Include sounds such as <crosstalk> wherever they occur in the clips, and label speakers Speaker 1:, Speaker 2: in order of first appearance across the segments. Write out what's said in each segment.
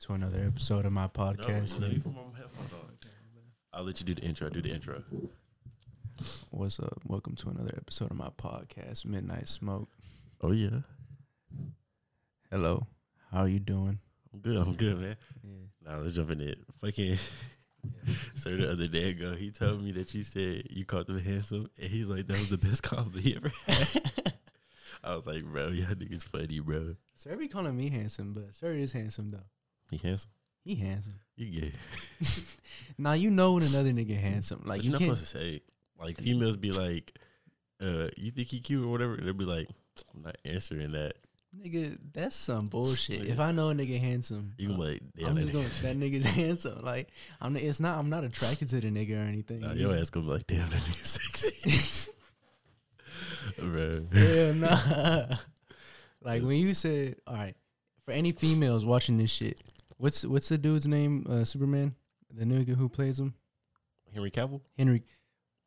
Speaker 1: to another episode of my
Speaker 2: No, you
Speaker 1: podcast.
Speaker 2: know,
Speaker 1: man.
Speaker 2: you from my headphones on. I'll let you do the intro. Do the intro.
Speaker 1: What's up? Welcome to another episode of my podcast, Midnight Smoke.
Speaker 2: Oh yeah,
Speaker 1: Hello, how are you doing?
Speaker 2: I'm good. I'm good, man.
Speaker 1: Yeah.
Speaker 2: Now let's jump in it. Fucking <laughs> sir, the other day ago, he told me that you said you called him handsome, and he's like, "That was the best <laughs> compliment he ever had." I was like, "Bro, y'all niggas funny, bro.
Speaker 1: Sir be calling me handsome, but Sir is handsome though.
Speaker 2: He handsome.
Speaker 1: He handsome. <laughs>
Speaker 2: You gay?
Speaker 1: Now you know when another nigga handsome. Like you
Speaker 2: Like you're not
Speaker 1: can't.
Speaker 2: supposed to say. it. Like females be like, uh, "You think he cute or whatever?" They'll be like, "I'm not answering that."
Speaker 1: Nigga, that's some bullshit.
Speaker 2: Yeah.
Speaker 1: If I know a nigga handsome,
Speaker 2: You
Speaker 1: uh,
Speaker 2: like, "Damn,
Speaker 1: I'm
Speaker 2: that
Speaker 1: just
Speaker 2: <laughs>
Speaker 1: going.
Speaker 2: nigga's-
Speaker 1: That nigga's <laughs> handsome. Like I'm. It's not. I'm not attracted to the nigga or anything.
Speaker 2: Nah, your ass gonna be like, damn, that nigga sexy. <laughs> Bro. <laughs>
Speaker 1: Hell nah. like when you said, all right, for any females watching this shit, what's what's the dude's name? Uh, Superman, the nigga who plays him,
Speaker 2: Henry Cavill?
Speaker 1: Henry.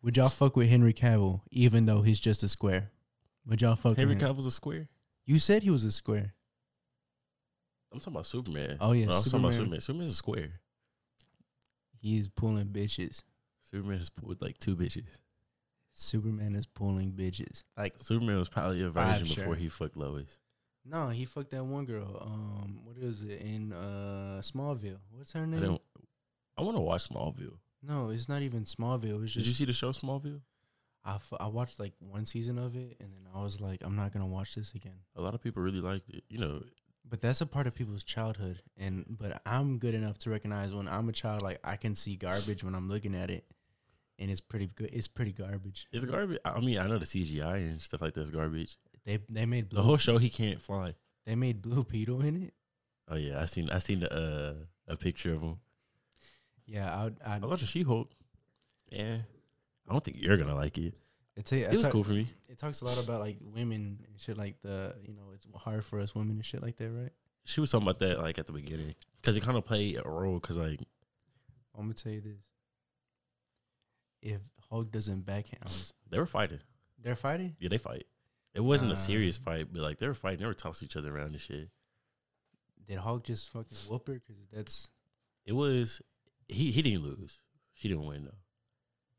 Speaker 1: Would y'all fuck with Henry Cavill even though he's just a square? Would y'all fuck
Speaker 2: Henry
Speaker 1: with him?
Speaker 2: Cavill's a square?
Speaker 1: You said he was a square.
Speaker 2: I'm talking about Superman.
Speaker 1: Oh, yeah,
Speaker 2: No, I'm talking
Speaker 1: Superman.
Speaker 2: about Superman. Superman's a square.
Speaker 1: He's pulling bitches.
Speaker 2: Superman has pulled like two bitches.
Speaker 1: Superman is pulling bitches. Like
Speaker 2: Superman was probably a
Speaker 1: Five,
Speaker 2: virgin
Speaker 1: sure.
Speaker 2: before he fucked Lois.
Speaker 1: no, he fucked that one girl. Um, what is it in uh Smallville? What's her
Speaker 2: I
Speaker 1: name?
Speaker 2: don't I wanna watch Smallville.
Speaker 1: No, it's not even Smallville. It's
Speaker 2: Did
Speaker 1: just
Speaker 2: you see the show Smallville?
Speaker 1: I, f- I watched like one season of it and then I was like, I'm not gonna watch this again.
Speaker 2: A lot of people really liked it. You know,
Speaker 1: But that's a part of people's childhood, and but I'm good enough to recognize when I'm a child, like I can see garbage when I'm looking at it, and it's pretty good. It's pretty garbage.
Speaker 2: it's garbage. I mean, I know the CGI and stuff like that's garbage.
Speaker 1: They they made
Speaker 2: The
Speaker 1: blue,
Speaker 2: whole show he can't fly.
Speaker 1: they made Blue <laughs> Beetle in it.
Speaker 2: Oh yeah, I seen I seen the, uh, a picture of him.
Speaker 1: Yeah, I would- I
Speaker 2: I watched She Hulk. Yeah. I don't think you're gonna like it.
Speaker 1: it, ta- I
Speaker 2: It was
Speaker 1: talk-
Speaker 2: cool for me.
Speaker 1: it talks a lot about like women and shit like the you know it's hard for us women and shit like that, right?
Speaker 2: She was talking about that like at the beginning because it kind of played a role because like
Speaker 1: I'm gonna tell you this: if Hulk doesn't backhand,
Speaker 2: they were fighting.
Speaker 1: they're fighting.
Speaker 2: Yeah, they fight. It wasn't
Speaker 1: Uh,
Speaker 2: a serious fight, but like they were fighting. They were tossing each other around and shit.
Speaker 1: Did Hulk just fucking whoop her? Because that's
Speaker 2: It was he he didn't lose. She didn't win though.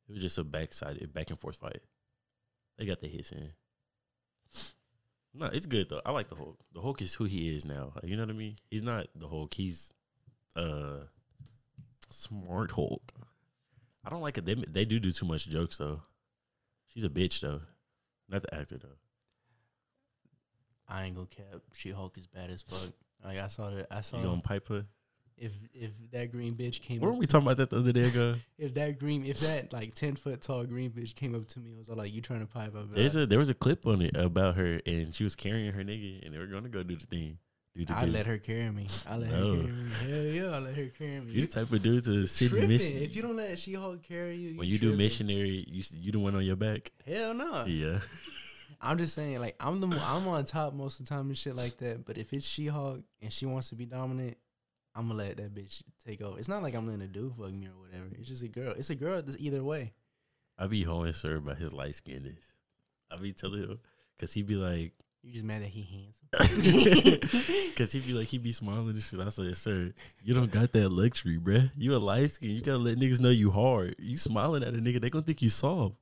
Speaker 2: It was just a backside a back and forth fight. They got the hits in. No, it's good though. I like the Hulk. The Hulk is who he is now. Like, you know what I mean? He's not the Hulk. He's uh smart Hulk. I don't like it. They they do do too much jokes though. She's a bitch though. Not the actor though.
Speaker 1: I ain't gonna cap. She Hulk is bad as fuck. Like I saw that. I saw
Speaker 2: You gonna pipe her?
Speaker 1: if if that green bitch came.
Speaker 2: Weren't
Speaker 1: Up,
Speaker 2: we talking about that the other day ago?
Speaker 1: if that green, if that like ten foot tall green bitch came up to me, and was all like, "You trying to pipe up?"
Speaker 2: There's a there was a clip on it about her and she was carrying her nigga and they were gonna go do the thing. Do the
Speaker 1: I
Speaker 2: thing.
Speaker 1: let her carry me. I let
Speaker 2: No.
Speaker 1: her carry me. Hell yeah, I let her carry me.
Speaker 2: You the type of dude to sit
Speaker 1: tripping.
Speaker 2: in mission.
Speaker 1: If you don't let She Hulk carry you,
Speaker 2: when you do
Speaker 1: tripping. Uh.
Speaker 2: missionary, you s- you the one on your back.
Speaker 1: hell no.
Speaker 2: Yeah,
Speaker 1: I'm just saying, like I'm the I'm on top most of the time and shit like that. But if it's She Hulk and she wants to be dominant, I'm gonna let that bitch take over. It's not like I'm letting a dude fuck me or whatever. It's just a girl. It's a girl. that's either way.
Speaker 2: I be holding sir by his light skinness. I be telling him because he be like,
Speaker 1: You just mad that he handsome.
Speaker 2: <laughs> because he be like he be smiling and shit. I said, sir, you don't got that luxury, bruh. You a light skin. You gotta let niggas know you hard. You smiling at a nigga, they gonna think you soft.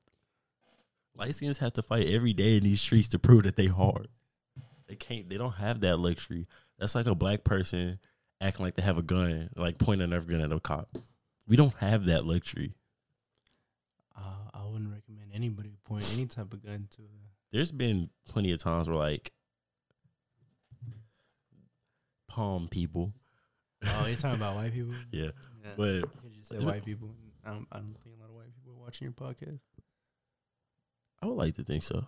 Speaker 2: Light skins have to fight every day in these streets to prove that they hard. They can't. They don't have that luxury. That's like a black person acting like they have a gun, like pointing their gun at a cop. We don't have that luxury.
Speaker 1: Uh, I wouldn't recommend anybody point any type of gun to her.
Speaker 2: there's been plenty of times where like palm people
Speaker 1: Oh, you're talking about white people?
Speaker 2: yeah
Speaker 1: Yeah.
Speaker 2: but
Speaker 1: you just said
Speaker 2: <laughs>
Speaker 1: white people. I don't, I don't think a lot of white people are watching your podcast.
Speaker 2: i would like to think so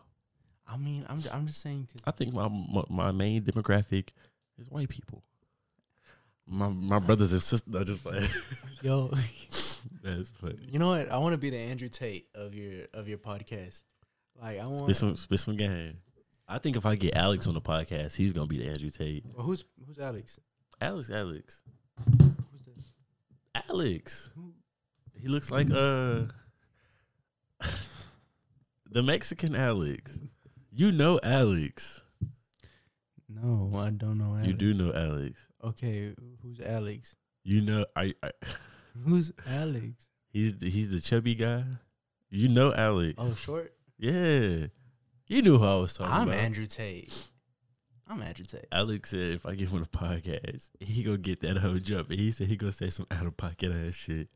Speaker 1: I mean, I'm, I'm just saying
Speaker 2: i
Speaker 1: because
Speaker 2: think my my, my main demographic is white people my my brothers and sisters are just like <laughs>
Speaker 1: yo,
Speaker 2: that's funny
Speaker 1: you know what? I want to be the Andrew Tate of your of your podcast. Like I
Speaker 2: spit
Speaker 1: want.
Speaker 2: some spit some game i think if i get alex on the podcast he's gonna be the andrew tate
Speaker 1: Well, who's who's Alex?
Speaker 2: alex alex
Speaker 1: Who's that?
Speaker 2: alex
Speaker 1: Who?
Speaker 2: he looks like uh <laughs> the mexican alex you know alex
Speaker 1: No, I don't know. Alex.
Speaker 2: You do know Alex.
Speaker 1: Okay, who's Alex?
Speaker 2: You know, I, I
Speaker 1: Who's Alex?
Speaker 2: he's the, he's the chubby guy. You know, Alex.
Speaker 1: Oh, short.
Speaker 2: Yeah, you knew who I was talking
Speaker 1: I'm
Speaker 2: about.
Speaker 1: Andrew Tate. I'm Andrew Tate.
Speaker 2: Alex said if I give him a podcast, he gonna get that whole jump. And he said he gonna say some out of pocket ass shit.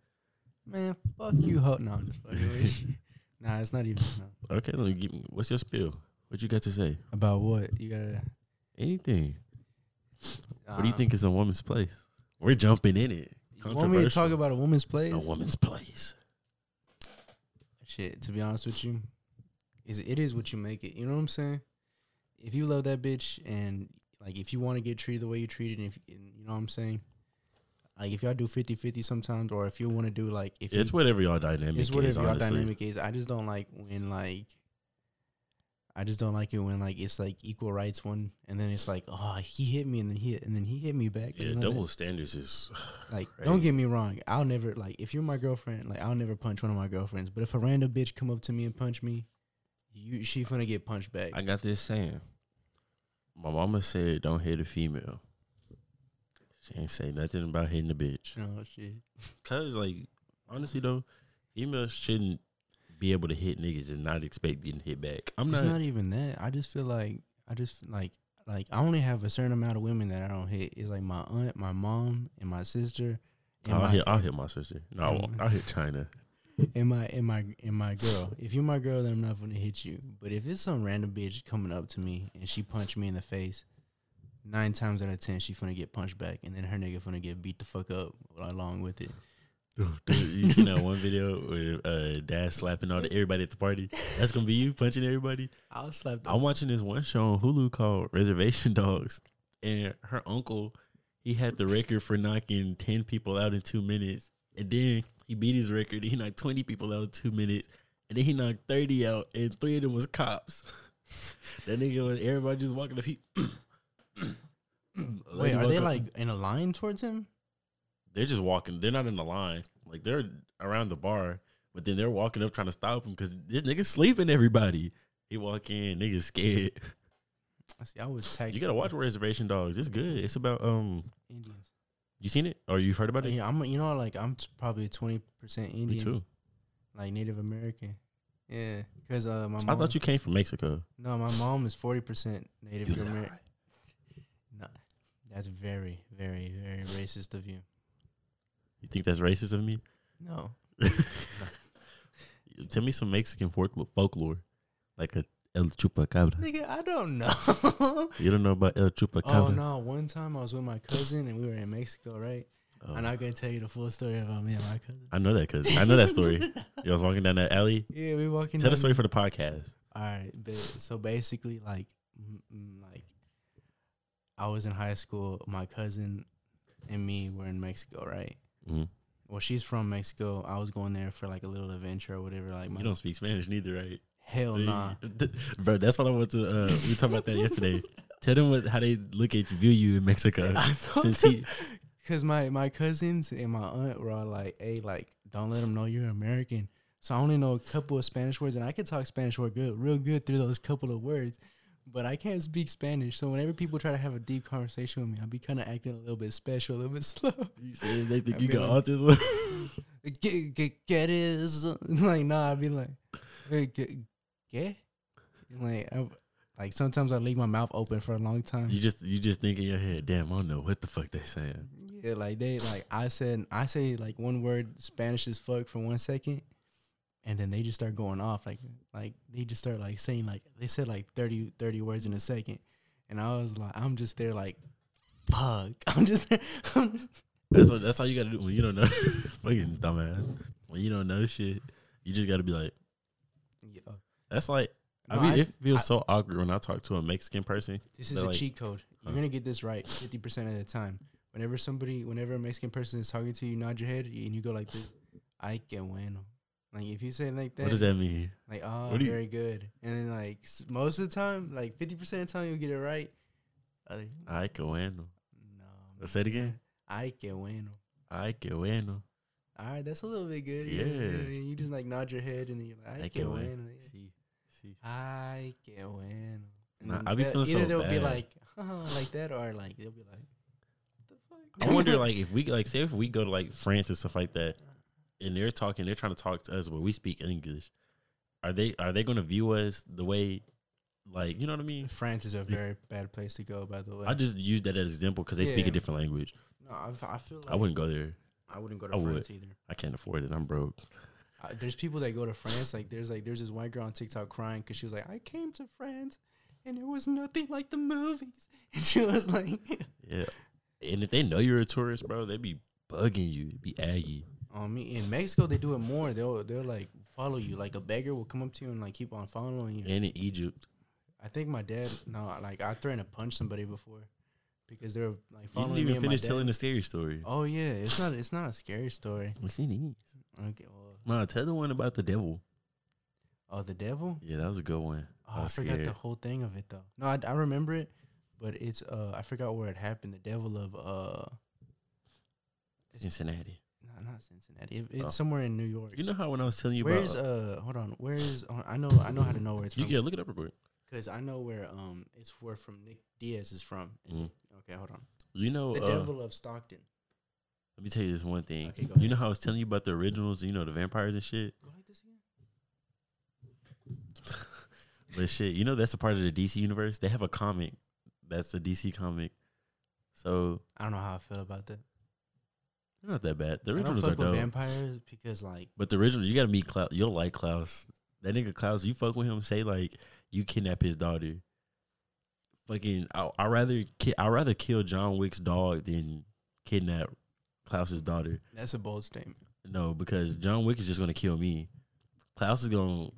Speaker 1: Man, fuck you, ho. No, I'm just fucking with
Speaker 2: <laughs>
Speaker 1: you. Nah, it's not even. No.
Speaker 2: Okay, let me give me what's your spill? What you got to say?
Speaker 1: About what? You gotta.
Speaker 2: Anything. What do you
Speaker 1: um,
Speaker 2: think is a woman's place? We're jumping in it.
Speaker 1: You want me to talk about a woman's place?
Speaker 2: a woman's place.
Speaker 1: Shit, to be honest with you, is it is what you make it. You know what I'm saying? If you love that bitch and like if you want to get treated the way you treated, and if and you know what I'm saying, like if y'all do 50-50 sometimes, or if you want to do like if
Speaker 2: It's
Speaker 1: you,
Speaker 2: whatever y'all dynamic
Speaker 1: it's whatever
Speaker 2: is.
Speaker 1: y'all
Speaker 2: honestly.
Speaker 1: dynamic is. I just don't like when like I just don't like it when like it's like equal rights one, and then it's like oh he hit me and then he and then he hit me back. Like,
Speaker 2: Yeah,
Speaker 1: none of that.
Speaker 2: double standards is
Speaker 1: Like,
Speaker 2: Crazy.
Speaker 1: don't get me wrong. I'll never like if you're my girlfriend. Like, I'll never punch one of my girlfriends. But if a random bitch come up to me and punch me, you she finna get punched back.
Speaker 2: I got this saying. My mama said, "Don't hit a female." She ain't say nothing about hitting a bitch.
Speaker 1: oh shit!
Speaker 2: Cause like honestly though, females shouldn't be able to hit niggas and not expect getting hit back. I'm
Speaker 1: it's
Speaker 2: not.
Speaker 1: not even that. I just feel like I just like like I only have a certain amount of women that I don't hit. It's like my aunt, my mom, and my sister, and
Speaker 2: I'll
Speaker 1: my Mm.
Speaker 2: hit. I'll hit my sister. No, I
Speaker 1: Am
Speaker 2: won't.
Speaker 1: I-
Speaker 2: I'll hit <laughs> China.
Speaker 1: and my and my and my girl. If you're my girl, then I'm not gonna hit you. But if it's some random bitch coming up to me and she punched me in the face, nine times out of ten she finna get punched back, and then her nigga finna get beat the fuck up along with
Speaker 2: <laughs>
Speaker 1: it.
Speaker 2: you seen that one video with uh, dad slapping all the everybody at the party? That's gonna
Speaker 1: <laughs>
Speaker 2: be you punching everybody.
Speaker 1: I'll slap. The,
Speaker 2: I'm watching this one show on Hulu called Reservation <laughs> Dogs, and her uncle, he had the record for knocking ten people out in two minutes, and then he beat his record. He knocked twenty people out in two minutes, and then he knocked thirty out, and three of them was cops. <laughs> that nigga was everybody just walking up. He <coughs>
Speaker 1: wait,
Speaker 2: Lady
Speaker 1: are
Speaker 2: walk
Speaker 1: they
Speaker 2: up-
Speaker 1: like in a line towards him?
Speaker 2: they're just walking? They're not in the line. Like they're around the bar, but then they're walking up trying to stop him because this nigga's sleeping. Everybody. He walk in, niggas scared.
Speaker 1: I see. I would tag.
Speaker 2: You gotta watch Reservation Dogs. It's good. It's about um. <laughs>
Speaker 1: Indians.
Speaker 2: You seen it or you've heard about it?
Speaker 1: Yeah, I'm. You know, like I'm t- probably twenty percent Indian,
Speaker 2: Me too.
Speaker 1: like Native American. Yeah, because uh, my mom,
Speaker 2: I thought you came from Mexico.
Speaker 1: no, my mom is forty percent Native
Speaker 2: You
Speaker 1: American. No, that's very, very, very racist of you.
Speaker 2: You think that's racist of me? <laughs>
Speaker 1: No,
Speaker 2: Tell me some Mexican folklore, folklore like a El Chupacabra.
Speaker 1: nigga, I don't know.
Speaker 2: You don't know about El
Speaker 1: oh
Speaker 2: Chupacabra?
Speaker 1: no! One time I was with my cousin and we were in Mexico, right?
Speaker 2: Oh.
Speaker 1: I'm not gonna tell you the full story about me and my cousin.
Speaker 2: I know that because I know that
Speaker 1: <laughs>
Speaker 2: story. you was walking down that alley.
Speaker 1: Yeah, we walking.
Speaker 2: Tell
Speaker 1: down-
Speaker 2: the story for the podcast.
Speaker 1: All right, but so basically, like, m- m- like, I was in high school. My cousin and me were in Mexico, right?
Speaker 2: hmm
Speaker 1: Well, she's from Mexico. I was going there for like a little adventure or whatever. Like, my
Speaker 2: You don't speak Spanish neither, right?
Speaker 1: hell Oh,
Speaker 2: <laughs>
Speaker 1: nah. <laughs>
Speaker 2: Bro, that's what I went to. Uh, we talked about that yesterday. Tell them what, how they look at you, view you in Mexico. Since he,
Speaker 1: Cause my my cousins and my aunt were all like, "Hey, like, don't let them know you're American." So I only know a couple of Spanish words, and I can talk Spanish word good, real good through those couple of words, but I can't speak Spanish. So whenever people try to have a deep conversation with me, I'll be kind of acting a little bit special, a little bit <laughs> slow.
Speaker 2: he said they think you
Speaker 1: I
Speaker 2: got
Speaker 1: mean,
Speaker 2: autism.
Speaker 1: get get get is <laughs> like nah I'd be like hey, get get And, like I, like sometimes I leave my mouth open for a long time
Speaker 2: <laughs> You just you just think in your head, damn, I don't know what the fuck they saying.
Speaker 1: yeah like they like I said I say like one word Spanish as fuck for one second and then they just start going off like like they just start like saying like they said like 30 30 words in a second and I was like I'm just there like fuck <laughs> I'm just there I'm just
Speaker 2: That's what, that's all you gotta do when you don't know. <laughs> Fucking dumbass. When you don't know shit, you just gotta be like.
Speaker 1: yeah.
Speaker 2: That's like.
Speaker 1: No,
Speaker 2: I mean,
Speaker 1: I-
Speaker 2: it feels
Speaker 1: I-
Speaker 2: so awkward when I talk to a Mexican person.
Speaker 1: This is
Speaker 2: But,
Speaker 1: a
Speaker 2: like-
Speaker 1: cheat code. You're
Speaker 2: Huh.
Speaker 1: gonna get this right fifty percent of the time. Whenever somebody, whenever a Mexican person is talking to you, nod your head and you go like this, "I que bueno." Like if you say it like that,
Speaker 2: What does that mean?
Speaker 1: like oh,
Speaker 2: what do you-
Speaker 1: very good. And then like s- most of the time, like fifty percent of the time, you'll get it right. Other,
Speaker 2: Ay que bueno.
Speaker 1: no,
Speaker 2: Say it again.
Speaker 1: I que bueno.
Speaker 2: Ay que bueno.
Speaker 1: All right, that's a little bit good.
Speaker 2: Yeah.
Speaker 1: you just like nod your head and then you're like, "I
Speaker 2: Ay
Speaker 1: que
Speaker 2: que
Speaker 1: bueno."
Speaker 2: bueno.
Speaker 1: yeah.
Speaker 2: See, see.
Speaker 1: I que bueno. And
Speaker 2: Nah,
Speaker 1: then
Speaker 2: I be
Speaker 1: they'll-
Speaker 2: feeling
Speaker 1: either <laughs>
Speaker 2: so
Speaker 1: they'll be
Speaker 2: bad.
Speaker 1: like like that or like they'll be like, "What the
Speaker 2: I
Speaker 1: <laughs>
Speaker 2: wonder, like, if we like say if we go to like France and stuff like that, and they're talking, they're trying to talk to us, but we speak English. Are they are they going to view us the way, like, you know what I
Speaker 1: <laughs>
Speaker 2: mean?
Speaker 1: France is a very bad place to go, by the way.
Speaker 2: I just use that as example because they speak a
Speaker 1: Yeah.
Speaker 2: different language.
Speaker 1: no, I, f- I feel like
Speaker 2: I wouldn't go there.
Speaker 1: I wouldn't go to
Speaker 2: I would.
Speaker 1: France either.
Speaker 2: I can't afford it. I'm broke.
Speaker 1: I, there's people that go to France. Like there's like there's this white girl on TikTok crying because she was like, I came to France and it was nothing like the movies. <laughs> And she was like, <laughs>
Speaker 2: Yeah, and if they know you're a tourist, bro, they be bugging you. Be aggy.
Speaker 1: on me in Mexico they do it more. They'll they'll like follow you. Like a beggar will come up to you and like keep on following you.
Speaker 2: And in Egypt,
Speaker 1: I think my dad. No, like I threatened to punch somebody before because they were like
Speaker 2: you
Speaker 1: following
Speaker 2: didn't
Speaker 1: me.
Speaker 2: even
Speaker 1: and my
Speaker 2: finish
Speaker 1: dad.
Speaker 2: telling the scary story.
Speaker 1: Oh yeah, it's not it's not a scary story.
Speaker 2: What's in these?
Speaker 1: Okay, well,
Speaker 2: Nah, tell the one about the devil.
Speaker 1: oh the devil.
Speaker 2: Yeah, that was a good one.
Speaker 1: Oh, I,
Speaker 2: was
Speaker 1: forgot
Speaker 2: scared.
Speaker 1: the whole thing of it though. No, I, I remember it, but it's uh I forgot where it happened. The devil of uh
Speaker 2: Cincinnati.
Speaker 1: not, not Cincinnati. It, it's
Speaker 2: Oh.
Speaker 1: somewhere in New York.
Speaker 2: You know how when I was telling you
Speaker 1: Where's
Speaker 2: about,
Speaker 1: uh hold on where's oh, I know I know how to know where it's
Speaker 2: you,
Speaker 1: from
Speaker 2: yeah, look it up real quick.
Speaker 1: because I know where um it's where from Nick Diaz is from.
Speaker 2: Mm.
Speaker 1: Okay, hold on.
Speaker 2: You know,
Speaker 1: The
Speaker 2: uh,
Speaker 1: Devil of Stockton.
Speaker 2: let me tell you this one thing.
Speaker 1: Okay, go
Speaker 2: you
Speaker 1: ahead.
Speaker 2: know how I was telling you about the originals, you know, the vampires and shit.
Speaker 1: Go like this again.
Speaker 2: But shit, you know that's a part of the DC universe. They have a comic that's a DC comic. So
Speaker 1: I don't know how I feel about that.
Speaker 2: they're not that bad. The
Speaker 1: I don't
Speaker 2: originals are
Speaker 1: fuck with
Speaker 2: dope.
Speaker 1: vampires because like
Speaker 2: but the original, you gotta meet Klaus. You'll like Klaus. That nigga Klaus, you fuck with him. Say like you kidnap his daughter. Fucking, I I rather ki- I rather kill John Wick's dog than kidnap Klaus's daughter.
Speaker 1: that's a bold statement.
Speaker 2: No, because John Wick is just gonna kill me. Klaus is gonna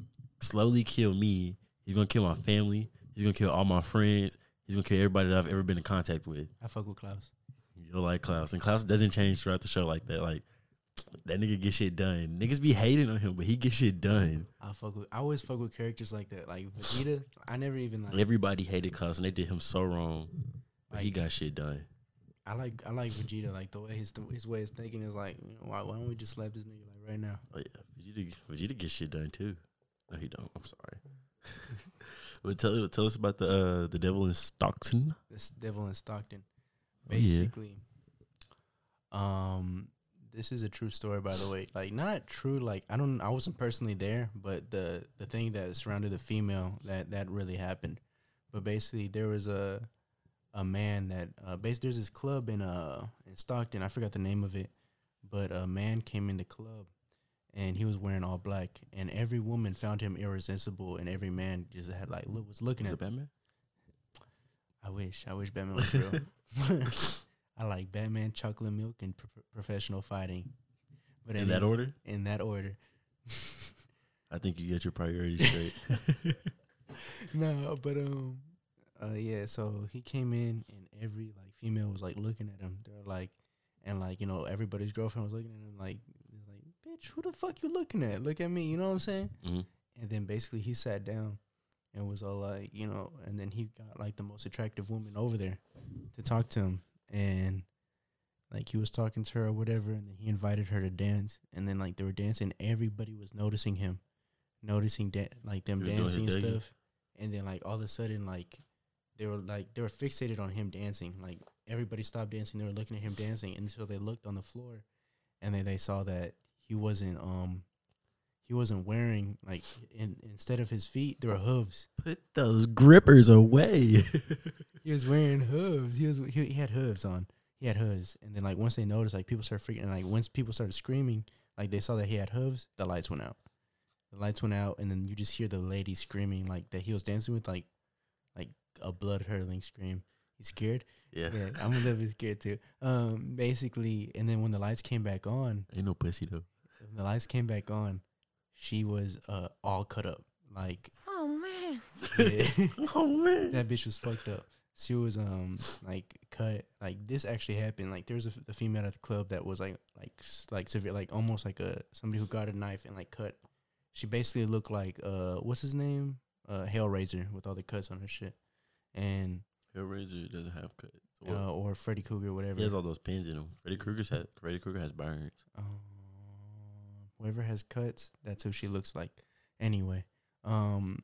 Speaker 2: slowly kill me. He's gonna kill my family. He's gonna kill all my friends. He's gonna kill everybody that I've ever been in contact with.
Speaker 1: I fuck with Klaus.
Speaker 2: You'll like Klaus, and Klaus doesn't change throughout the show like that. Like that nigga get shit done. Niggas be hating on him, but he get shit done.
Speaker 1: I fuck with. I always fuck with characters like that. Like Vegeta, I never even like.
Speaker 2: Everybody hated Klaus, and they did him so wrong, but he
Speaker 1: Like-
Speaker 2: got shit done.
Speaker 1: I like. I like Vegeta. Like the way his his way of thinking is like. You know, why, why don't we just slap this nigga like right now?
Speaker 2: Oh yeah, Vegeta, Vegeta get shit done too. No, he don't. I'm sorry. <laughs> but tell tell us about the uh, the devil in Stockton.
Speaker 1: This devil in Stockton,
Speaker 2: Oh, yeah.
Speaker 1: basically. Um, this is a true story, by the way. Like not true. Like I don't. I wasn't personally there, but the the thing that surrounded the female that that really happened. But basically, there was a a man that uh, bas there's this club in uh in Stockton. I forgot the name of it, but a man came in the club, and he was wearing all black, and every woman found him irresistible, and every man just had like look was looking
Speaker 2: Is
Speaker 1: at
Speaker 2: it Batman?
Speaker 1: I wish. I wish Batman was real.
Speaker 2: <laughs>
Speaker 1: <laughs> I like Batman, chocolate milk, and pro- professional fighting. But
Speaker 2: In that order,
Speaker 1: in that
Speaker 2: <laughs>
Speaker 1: order. <laughs>
Speaker 2: I think you get your priorities straight. <laughs>
Speaker 1: no, but um, uh, yeah. So he came in, and every like female was like looking at him. They're like, and like you know, everybody's girlfriend was looking at him. Like, he's like, bitch, who the fuck you looking at? Look at me. You know what I'm saying?
Speaker 2: Mhm.
Speaker 1: And then basically he sat down and was all like, you know, and then he got like the most attractive woman over there to talk to him. And like he was talking to her or whatever, and then he invited her to dance. And then like they were dancing, everybody was noticing him, noticing da- like them
Speaker 2: He was doing
Speaker 1: dancing
Speaker 2: his
Speaker 1: and
Speaker 2: doogie.
Speaker 1: stuff. And then like all of a sudden, like they were like they were fixated on him dancing. Like everybody stopped dancing, they were looking at him dancing, and so they looked on the floor, and then they saw that he wasn't um he wasn't wearing like in, instead of his feet there were hooves
Speaker 2: Put those grippers away. <laughs>
Speaker 1: he was wearing hooves he was he, he had hooves on he had hooves and then like once they noticed like people started freaking like once people started screaming like they saw that he had hooves the lights went out the lights went out and then you just hear the lady screaming like that he was dancing with like like a blood hurling scream he's scared
Speaker 2: yeah.
Speaker 1: yeah i'm a little bit scared too um basically and then when the lights came back on
Speaker 2: Ain't no pussy though.
Speaker 1: when the lights came back on she was uh all cut up <laughs> like
Speaker 3: Oh man.
Speaker 1: yeah.
Speaker 2: <laughs> Oh man.
Speaker 1: that bitch was fucked up. She was um like cut like this actually happened like there was a, f- a female at the club that was like like s- like severe like almost like a somebody who got a knife and like cut. She basically looked like uh what's his name uh Hellraiser with all the cuts on her shit and
Speaker 2: Hellraiser doesn't have cuts. Well,
Speaker 1: uh, or Freddy Krueger whatever.
Speaker 2: he has all those pins in him. Freddy Krueger's had Freddy Krueger has burns.
Speaker 1: um, whoever has cuts, that's who she looks like. Anyway, um,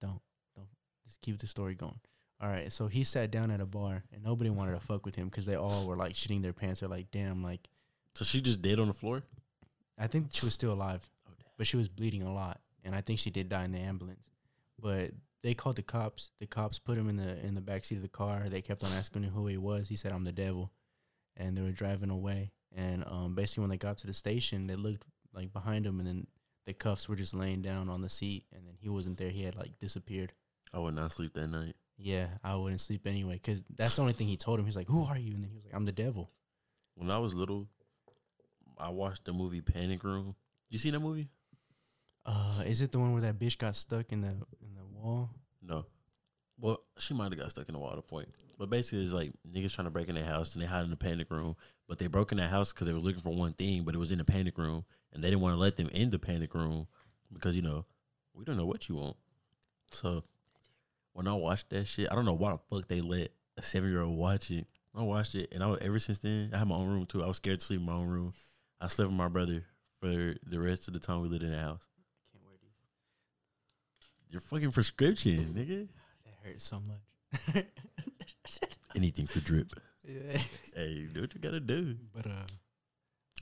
Speaker 1: don't don't just keep the story going. All right, so he sat down at a bar and nobody wanted to fuck with him because they all were like shitting their pants. They're like, damn, like
Speaker 2: So she just dead on the floor.
Speaker 1: I think she was still alive,
Speaker 2: Oh, damn.
Speaker 1: but she was bleeding a lot, and I think she did die in the ambulance. But they called the cops. The cops put him in the in the back seat of the car. They kept on asking him who he was. He said, "I'm the devil," and they were driving away. And um, basically, when they got to the station, they looked like behind him, and then the cuffs were just laying down on the seat, and then he wasn't there. He had like disappeared.
Speaker 2: I would not sleep that night.
Speaker 1: Yeah, I wouldn't sleep anyway because that's the only thing he told him. He's like, "Who are you?" And then he was like, "I'm the devil."
Speaker 2: When I was little, I watched the movie Panic Room. You seen that movie?
Speaker 1: Uh, is it the one where that bitch got stuck in the in the wall?
Speaker 2: No. Well, she might have got stuck in the water point. But basically, it's like niggas trying to break in their house and they hide in the panic room. But they broke in that house because they were looking for one thing, but it was in the panic room. And they didn't want to let them in the panic room because, you know, we don't know what you want. So when I watched that shit, I don't know why the fuck they let a seven year old watch it. I watched it. And I was, ever since then, I had my own room too. I was scared to sleep in my own room. I slept with my brother for the rest of the time we lived in the house.
Speaker 1: I can't wear these.
Speaker 2: Your fucking prescription, nigga.
Speaker 1: That hurts so much. <laughs>
Speaker 2: Anything for drip.
Speaker 1: yeah.
Speaker 2: Hey, do what you gotta do.
Speaker 1: But uh,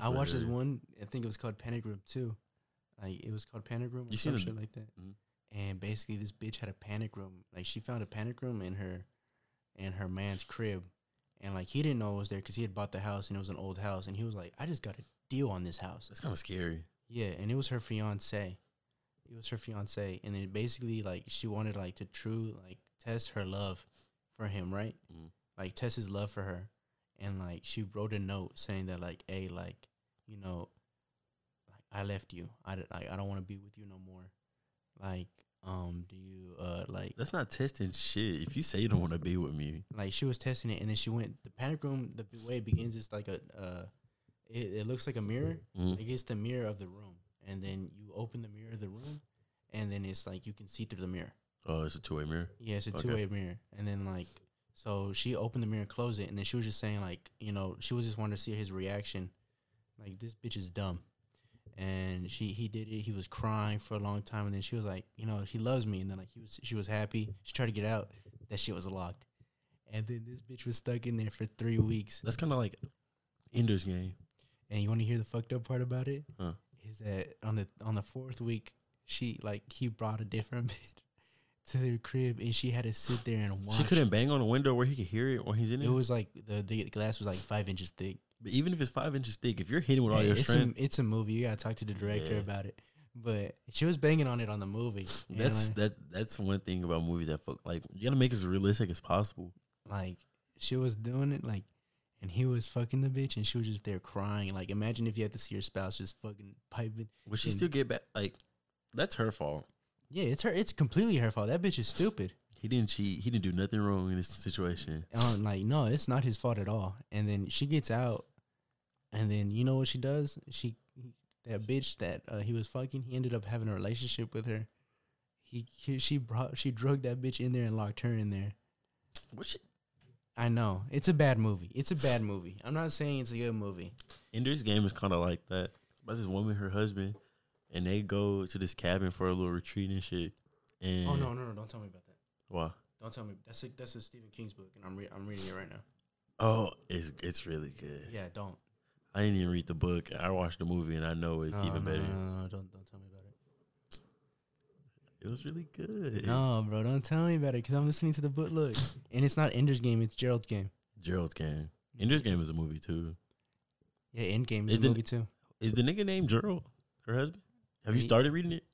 Speaker 1: I watched this
Speaker 2: But, uh,
Speaker 1: one. I think it was called Panic Room too. Like it was called Panic Room or
Speaker 2: You seen
Speaker 1: some
Speaker 2: it?
Speaker 1: shit like that.
Speaker 2: Mhm.
Speaker 1: And basically, this bitch had a panic room. Like she found a panic room in her, in her man's crib, and like he didn't know it was there because he had bought the house and it was an old house, and he was like, "I just got a deal on this house."
Speaker 2: That's kind of scary.
Speaker 1: Yeah, and it was her fiance. It was her fiance, and then basically like she wanted like to true like test her love for him, right?
Speaker 2: Mhm.
Speaker 1: Like test his love for her, and like she wrote a note saying that like, hey, like you know, like I left you. I d- like I don't want to be with you no more. Like um, do you uh like
Speaker 2: That's not testing shit. If you say you don't want to be with me,
Speaker 1: like she was testing it, and then she went the panic room. The b- way it begins is like a uh, it, it looks like a mirror,
Speaker 2: Mm-hmm.
Speaker 1: like it's the mirror of the room and then you open the mirror of the room and then it's like you can see through the mirror
Speaker 2: oh, it's a two way mirror.
Speaker 1: yeah it's a
Speaker 2: Okay.
Speaker 1: two-way mirror and then like so she opened the mirror and closed it and then she was just saying like you know she was just wanting to see his reaction like this bitch is dumb and she he did it he was crying for a long time and then she was like you know he loves me and then like he was she was happy she tried to get out that shit was locked and then this bitch was stuck in there for three weeks
Speaker 2: That's kind of like Ender's Game.
Speaker 1: and you want to hear the fucked up part about it? Is
Speaker 2: Huh.
Speaker 1: that on the on the fourth week, she like he brought a different <laughs> bitch to their crib, and she had to sit there and watch.
Speaker 2: She couldn't bang on a window where he could hear it when he's in it.
Speaker 1: It was like the the glass was like five inches thick.
Speaker 2: but even if it's five inches thick, if you're hitting with all
Speaker 1: Hey,
Speaker 2: your
Speaker 1: it's
Speaker 2: strength,
Speaker 1: a it's a movie. You gotta talk to the director
Speaker 2: Yeah.
Speaker 1: about it. But she was banging on it on the movie. and,
Speaker 2: that's
Speaker 1: like,
Speaker 2: that that's one thing about movies that fuck. Like you gotta make it as realistic as possible.
Speaker 1: like she was doing it like. And he was fucking the bitch, and she was just there crying. Like, imagine if you had to see your spouse just fucking piping.
Speaker 2: Would she
Speaker 1: And-
Speaker 2: still get back? Like that's her fault.
Speaker 1: Yeah, it's her. It's completely her fault. That bitch is stupid.
Speaker 2: He didn't cheat. He didn't do nothing wrong in this situation.
Speaker 1: And I'm like, no, it's not his fault at all. And then she gets out, and then you know what she does? She that bitch that uh, he was fucking. He ended up having a relationship with her. He, he she brought she drugged that bitch in there and locked her in there.
Speaker 2: What she,
Speaker 1: I know it's a bad movie. It's a bad movie. I'm not saying it's a good movie.
Speaker 2: Ender's Game is kind of like that. It's about this woman, her husband, and they go to this cabin for a little retreat and shit. And
Speaker 1: Oh no, no, no! Don't tell me about that.
Speaker 2: Why?
Speaker 1: Don't tell me. That's a that's a Stephen King's book, and I'm re- I'm reading it right now.
Speaker 2: Oh, it's it's really good.
Speaker 1: Yeah, don't.
Speaker 2: I didn't even read the book. I watched the movie, and I know it's
Speaker 1: No,
Speaker 2: even
Speaker 1: no,
Speaker 2: better.
Speaker 1: No, no, no, don't don't tell me about it.
Speaker 2: It was really good.
Speaker 1: No, bro, don't tell me about it because I'm listening to the book. Look, and it's not Ender's Game. It's Gerald's Game.
Speaker 2: Gerald's Game. Ender's Game is a movie too.
Speaker 1: Yeah, Endgame
Speaker 2: It
Speaker 1: is a
Speaker 2: didn't-
Speaker 1: movie too.
Speaker 2: Is the nigga named Gerald her husband? Have you
Speaker 1: He-
Speaker 2: started reading it?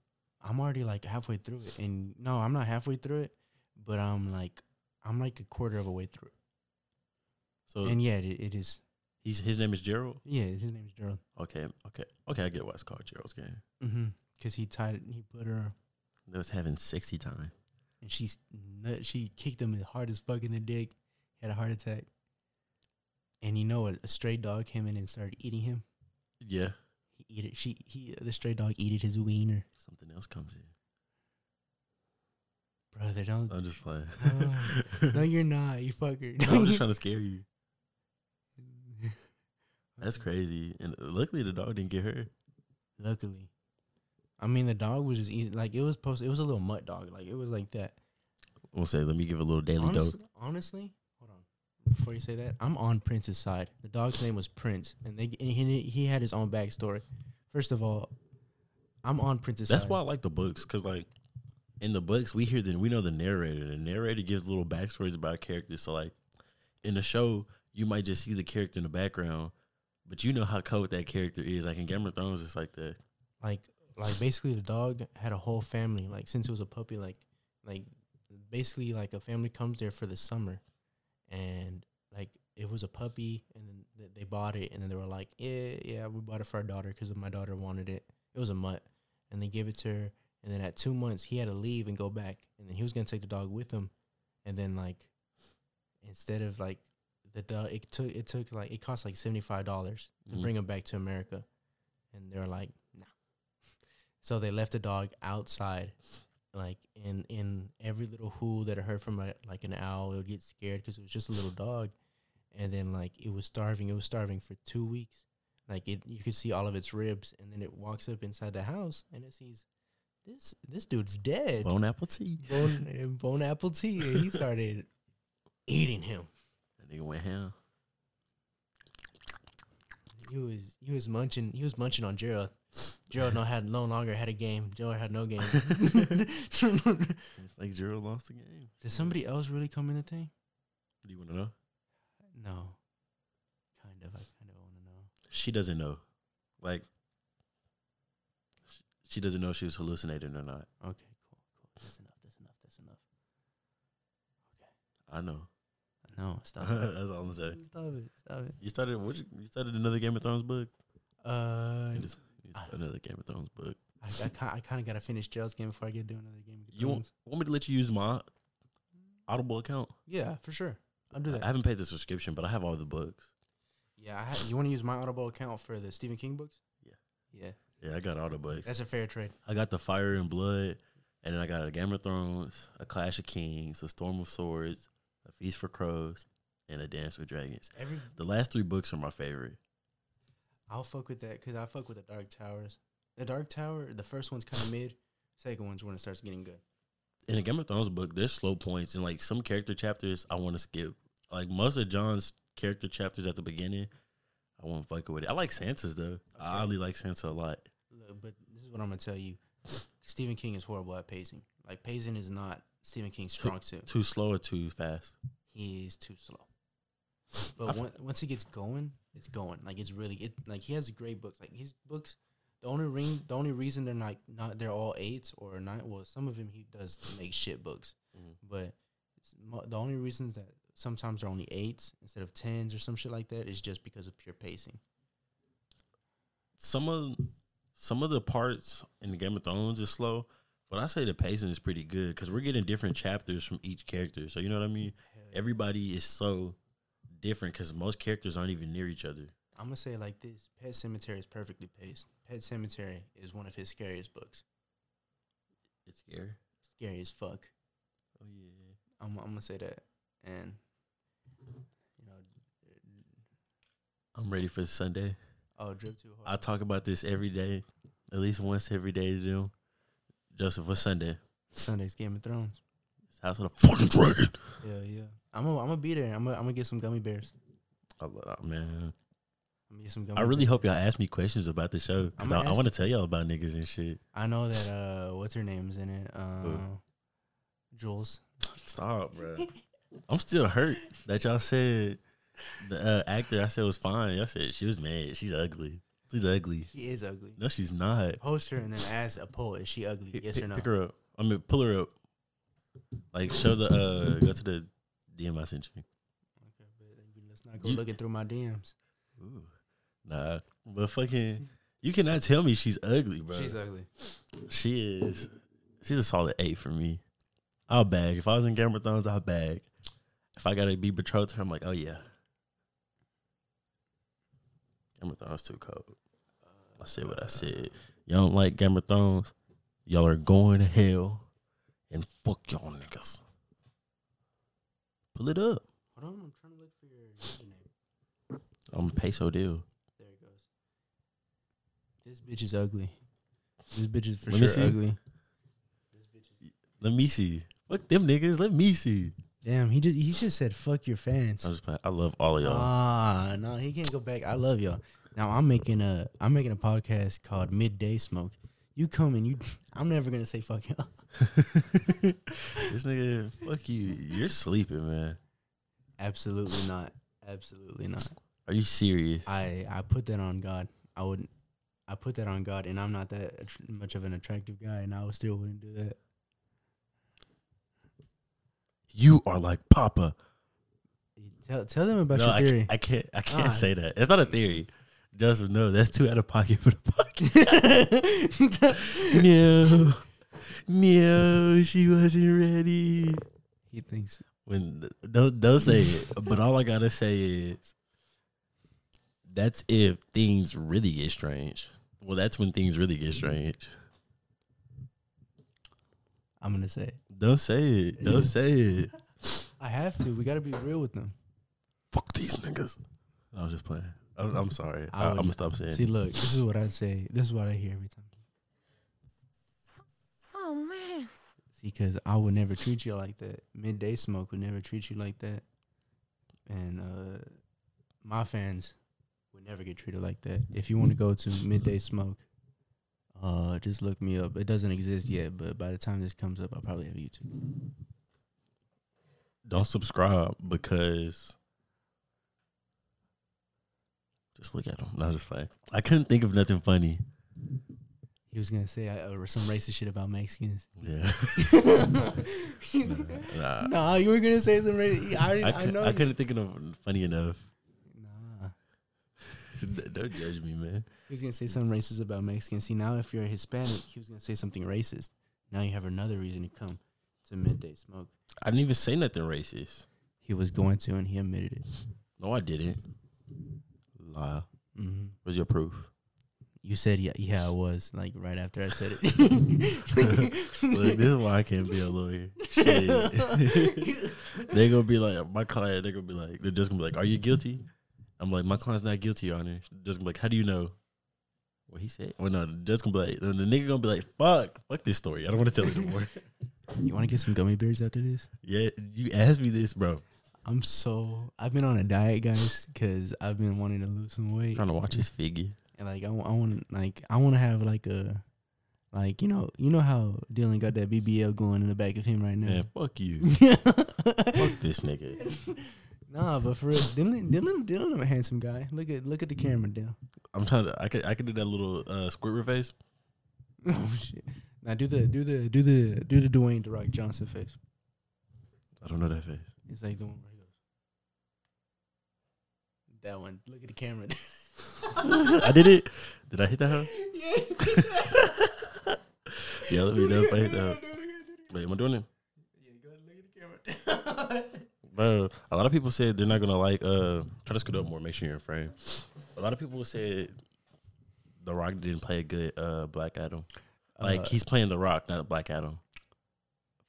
Speaker 1: I'm already like halfway through it, and no, I'm not halfway through it, but I'm like, I'm like a quarter of a way through it.
Speaker 2: So
Speaker 1: And yeah, it, it is.
Speaker 2: he's his name is Gerald.
Speaker 1: Yeah, his name is Gerald.
Speaker 2: Okay, okay, okay. I get why it's called Gerald's Game.
Speaker 1: Mm-hmm. Cause he tied it, and he put her,
Speaker 2: They was having sexy time.
Speaker 1: and she's nut, she kicked him as hard as fuck in the dick. He had a heart attack, and you know what? A stray dog came in and started eating him.
Speaker 2: Yeah,
Speaker 1: He eat it. She he the stray dog eated his wiener,
Speaker 2: something else comes in.
Speaker 1: brother. Don't.
Speaker 2: I'm
Speaker 1: <laughs>
Speaker 2: just playing.
Speaker 1: Oh, no, you're not. You fucker.
Speaker 2: <laughs> I'm
Speaker 1: <laughs>
Speaker 2: just trying to scare you. That's crazy. And luckily, the dog didn't get hurt.
Speaker 1: Luckily, I mean the dog was just easy. Like it was post. It was a little mutt dog. Like it was like that.
Speaker 2: One second, let me give a little daily dose.
Speaker 1: Honestly, honestly, hold on. Before you say that, I'm on Prince's side. The dog's name was Prince, and they and he, he had his own backstory. First of all, I'm on Prince's
Speaker 2: That's
Speaker 1: side.
Speaker 2: why I like the books because like in the books we hear the we know the narrator. The narrator gives little backstories about characters. So like in the show, you might just see the character in the background, but you know how cold that character is. Like in Game of Thrones, it's like that.
Speaker 1: like like basically the dog had a whole family like since it was a puppy like like basically like a family comes there for the summer and like it was a puppy and then th- they bought it and then they were like yeah yeah we bought it for our daughter because my daughter wanted it it was a mutt and they gave it to her and then at two months he had to leave and go back and then he was gonna take the dog with him and then like instead of like the dog it took it took like it cost like seventy five dollars to
Speaker 2: Mhm.
Speaker 1: bring him back to America and they were like nah <laughs> so they left the dog outside like in in every little hoo that it heard from a, like an owl it would get scared because it was just a little dog and then like it was starving it was starving for two weeks like it you could see all of its ribs and then it walks up inside the house and it sees this this dude's dead
Speaker 2: Bone apple tea.
Speaker 1: bone, and bone apple tea and he started eating him
Speaker 2: That nigga went ham.
Speaker 1: he was he was munching he was munching on Gerald. Gerald no had no longer had a game. Gerald had no
Speaker 2: <laughs>
Speaker 1: game. Did
Speaker 2: It's like Gerald lost the game.
Speaker 1: somebody else really come in the thing?
Speaker 2: Do you want to know?
Speaker 1: No. Kind of. I kind of want to know.
Speaker 2: She doesn't know. Like sh- she doesn't know if she was hallucinating or not.
Speaker 1: Okay, cool, cool. That's enough. That's enough. That's enough.
Speaker 2: I know.
Speaker 1: No, stop
Speaker 2: <laughs> That's
Speaker 1: it.
Speaker 2: all I'm saying.
Speaker 1: Stop it. Stop it.
Speaker 2: You started. What you, you started another Game of Thrones book.
Speaker 1: Uh,
Speaker 2: It is- it's
Speaker 1: I-
Speaker 2: another Game of Thrones book.
Speaker 1: I, I, ki- I kind of gotta finish Gerald's game before I get to another game. of
Speaker 2: You want,
Speaker 1: Thrones.
Speaker 2: want me to let you use my Audible account?
Speaker 1: Yeah, for sure. I'll do
Speaker 2: I
Speaker 1: that.
Speaker 2: haven't paid the subscription, but I have all the books.
Speaker 1: yeah, I ha- you want to use my Audible account for the Stephen King books?
Speaker 2: Yeah.
Speaker 1: Yeah,
Speaker 2: Yeah, I got all the books.
Speaker 1: that's a fair trade.
Speaker 2: I got the Fire and Blood, and then I got a Game of Thrones, a Clash of Kings, a Storm of Swords, a Feast for Crows, and a Dance with Dragons.
Speaker 1: Every
Speaker 2: The last three books are my favorite.
Speaker 1: I'll fuck with that because I fuck with the Dark Towers. The Dark Tower, the first one's kind of mid. Second one's when it starts getting good.
Speaker 2: In the Game of Thrones book, there's slow points, and like some character chapters, I want to skip. Like most of John's character chapters at the beginning, I won't fuck with it. I like Sansa's though. I
Speaker 1: Okay.
Speaker 2: really like Sansa a lot.
Speaker 1: Look, but this is what I'm gonna tell you. Stephen King is horrible at pacing. Like pacing is not Stephen King's strong suit.
Speaker 2: Too slow or too fast?
Speaker 1: He is too slow.
Speaker 2: I
Speaker 1: But
Speaker 2: f-
Speaker 1: on- once he gets going, it's going. Like it's really it. Like he has great books. Like his books. The only ring, the only reason they're not not they're all eights or nine. Well, some of them he does make shit books.
Speaker 2: Mm-hmm.
Speaker 1: But it's mo- the only reasons that sometimes they're only eights instead of tens or some shit like that is just because of pure pacing.
Speaker 2: Some of some of the parts in Game of Thrones is slow, but I say the pacing is pretty good because we're getting different chapters from each character. So you know what I mean? Everybody is so different because most characters aren't even near each other.
Speaker 1: I'm gonna say it like this: Pet Cemetery is perfectly paced. Pet Cemetery is one of his scariest books.
Speaker 2: It's scary.
Speaker 1: Scary as fuck.
Speaker 2: Oh yeah.
Speaker 1: I'm, I'm gonna say that, and you know,
Speaker 2: I'm ready for Sunday.
Speaker 1: oh, drip too
Speaker 2: I
Speaker 1: hard.
Speaker 2: talk about this every day, at least once every day to them. Joseph, what's Sunday?
Speaker 1: Sunday's Game of Thrones.
Speaker 2: It's House of the fucking dragon.
Speaker 1: Yeah, yeah. I'm gonna I'm gonna be there. I'm gonna I'm gonna get some gummy bears.
Speaker 2: I love oh, man.
Speaker 1: I'm gonna get some gummy.
Speaker 2: I really
Speaker 1: bears.
Speaker 2: hope y'all ask me questions about the show 'cause
Speaker 1: I'ma
Speaker 2: I, I
Speaker 1: ask-
Speaker 2: want to tell y'all about niggas and shit.
Speaker 1: I know that uh, what's her name's in it? Uh, Jules.
Speaker 2: Stop, bro. <laughs> I'm still hurt that y'all said the uh, actor I said was fine. Y'all said she was mad. She's ugly. She's ugly.
Speaker 1: He is ugly.
Speaker 2: No, she's not.
Speaker 1: post her and then ask a poll, is she ugly?
Speaker 2: Pick-
Speaker 1: yes
Speaker 2: pick,
Speaker 1: or no?
Speaker 2: Pick her up. I mean, pull her up. Like, show the uh, go to the DM I sent you.
Speaker 1: Okay, but Let's not go
Speaker 2: You-
Speaker 1: looking through my DMs.
Speaker 2: Ooh. Nah, but fucking, you cannot tell me she's ugly, bro.
Speaker 1: She's ugly.
Speaker 2: she is. She's a solid eight for me. I'll bag. If I was in Game of Thrones, I'll bag. If I gotta be betrothed to her, I'm like, oh yeah. Game of Thrones too cold. I said what I said. Y'all don't like Game of Thrones. Y'all are going to hell, and fuck y'all niggas. Pull it up.
Speaker 1: Hold on, I'm trying to look for your username.
Speaker 2: I'm a peso deal.
Speaker 1: There it goes. This bitch is ugly. This bitch is for
Speaker 2: Let me
Speaker 1: sure
Speaker 2: see.
Speaker 1: ugly. This bitch is
Speaker 2: Let me see. Fuck them niggas. Let me see.
Speaker 1: Damn, he just he just said fuck your fans.
Speaker 2: I'm just playing. I love all of y'all.
Speaker 1: Ah, no, he can't go back. I love y'all. Now I'm making a I'm making a podcast called Midday Smoke. You come and you <laughs> I'm never gonna say fuck y'all.
Speaker 2: this nigga, fuck you. You're sleeping, man.
Speaker 1: <laughs> Absolutely not. Absolutely not.
Speaker 2: Are you serious?
Speaker 1: I I put that on God. I would I put that on God, and I'm not that attr- much of an attractive guy, and I would still wouldn't do that.
Speaker 2: You are like Papa.
Speaker 1: Tell tell them about
Speaker 2: no,
Speaker 1: your
Speaker 2: I,
Speaker 1: theory.
Speaker 2: I can't. I can't
Speaker 1: Ah.
Speaker 2: say that. It's not a theory. Just no. That's too out of pocket for the
Speaker 1: <laughs>
Speaker 2: pocket. no, no, she wasn't ready.
Speaker 1: he thinks
Speaker 2: When don't don't say it. But all I gotta say is that's if things really get strange. Well, that's when things really get strange.
Speaker 1: I'm gonna say it.
Speaker 2: Don't say it. Don't say it.
Speaker 1: I have to. We gotta be real with them.
Speaker 2: Fuck these niggas. I was just playing. I'm, I'm sorry.
Speaker 1: I
Speaker 2: I, I'm
Speaker 1: would-
Speaker 2: gonna stop saying.
Speaker 1: See, look, this is what I say. This is what I hear every time.
Speaker 3: Oh man.
Speaker 1: See, because I would never treat you like that. Midday smoke would never treat you like that, and uh, my fans would never get treated like that. If you want to go to midday smoke, uh, just look me up. It doesn't exist yet, but by the time this comes up, I'll probably have YouTube.
Speaker 2: don't subscribe because just look at them. Not just playing. I couldn't think of nothing funny.
Speaker 1: He was gonna say uh, uh, some racist shit about
Speaker 2: <laughs>
Speaker 1: Mexicans. <laughs>
Speaker 2: Yeah, nah,
Speaker 1: nah, you were gonna say some racist. I already,
Speaker 2: <laughs> I,
Speaker 1: I,
Speaker 2: cou-
Speaker 1: know.
Speaker 2: I
Speaker 1: you-
Speaker 2: couldn't think of no funny enough. <laughs>
Speaker 1: Nah. <laughs>
Speaker 2: don't judge me, man.
Speaker 1: He was gonna say something racist about Mexicans. See, now if you're a Hispanic, he was gonna say something racist. Now you have another reason to come to midday smoke.
Speaker 2: I didn't even say nothing racist.
Speaker 1: He was going to, and he admitted it.
Speaker 2: No, I didn't. Lie.
Speaker 1: hmm
Speaker 2: Where's your proof?
Speaker 1: You said, yeah, yeah, I was like right after I said it. <laughs>
Speaker 2: Look, this is why I can't be a lawyer. Shit. <laughs> they're gonna be like my client. They're gonna be like they're just gonna be like, "Are you guilty?" I'm like, my client's not guilty, Your Honor. They're Just gonna be like, how do you know? What he said? Well, no, they're just gonna be like the nigga gonna be like, fuck, fuck this story. I don't want to tell it <laughs> anymore.
Speaker 1: you want to get some gummy bears after this?
Speaker 2: yeah, you asked me this, bro.
Speaker 1: I'm so I've been on a diet, guys, because I've been wanting to lose some weight.
Speaker 2: trying to watch his figure.
Speaker 1: And like I, wa- I want like I want to have like a like you know you know how Dylan got that BBL going in the back of him right now.
Speaker 2: Man, fuck
Speaker 1: <laughs>
Speaker 2: you. fuck this nigga.
Speaker 1: Nah, but for real, Dylan, Dylan, Dylan, a handsome guy. Look at look at the
Speaker 2: Mm.
Speaker 1: camera, Dylan. <laughs>
Speaker 2: I'm trying to. I could. I could do that little uh, Squidward face.
Speaker 1: Oh shit! Now do the do the do the do the Dwayne The Rock Johnson face.
Speaker 2: I don't know that face.
Speaker 1: It's like the one where he goes. That one. Look at the camera. <laughs>
Speaker 2: I did it. Did I hit that? Huh?
Speaker 1: yeah.
Speaker 2: Yeah, let me know if I hit that. Wait, am I doing it?
Speaker 1: Yeah, go ahead, look at the camera. <laughs>
Speaker 2: Bro, a lot of people said they're not gonna like. Uh, try to scoot up more. Make sure you're in frame. A lot of people said the Rock didn't play a good uh, Black Adam. Like
Speaker 1: Uh,
Speaker 2: he's playing the Rock, not Black Adam.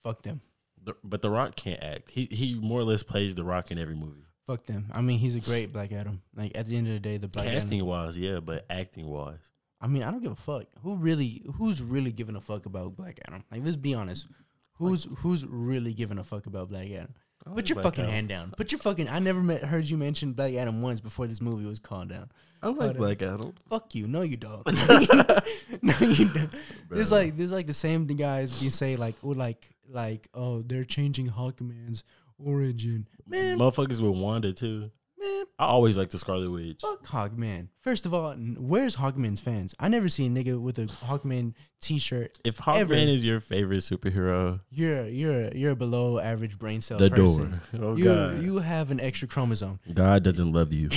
Speaker 1: fuck them.
Speaker 2: The, but the Rock can't act. He he more or less plays the Rock in every movie.
Speaker 1: Fuck them. I mean, he's a great Black Adam. Like at the end of the day, the Black Adam.
Speaker 2: Casting wise, yeah, but acting wise,
Speaker 1: I mean, I don't give a fuck. Who really? Who's really giving a fuck about Black Adam? Like, let's be honest. Who's who's really giving a fuck about Black Adam? Put your
Speaker 2: Black
Speaker 1: fucking
Speaker 2: Adam.
Speaker 1: hand down. Put your fucking. I never met, heard you mention Black Adam once before this movie was called down.
Speaker 2: I like Black Adam.
Speaker 1: Fuck you. No, you
Speaker 2: <laughs>
Speaker 1: don't. <laughs> no, you don't. This like this like the same thing guys be say like oh like like oh they're changing Hawkman's origin. Man,
Speaker 2: Motherfuckers with Wanda too.
Speaker 1: man,
Speaker 2: I always like the Scarlet Witch.
Speaker 1: Fuck Hawkman. First of all, n- where's Hawkman's fans? I never see a nigga with a Hawkman t-shirt.
Speaker 2: If
Speaker 1: Ever.
Speaker 2: Hawkman is your favorite superhero,
Speaker 1: You're you're you're a below average brain cell.
Speaker 2: the
Speaker 1: person.
Speaker 2: door. Oh
Speaker 1: you
Speaker 2: God,
Speaker 1: you have an extra chromosome.
Speaker 2: God doesn't love <laughs> you.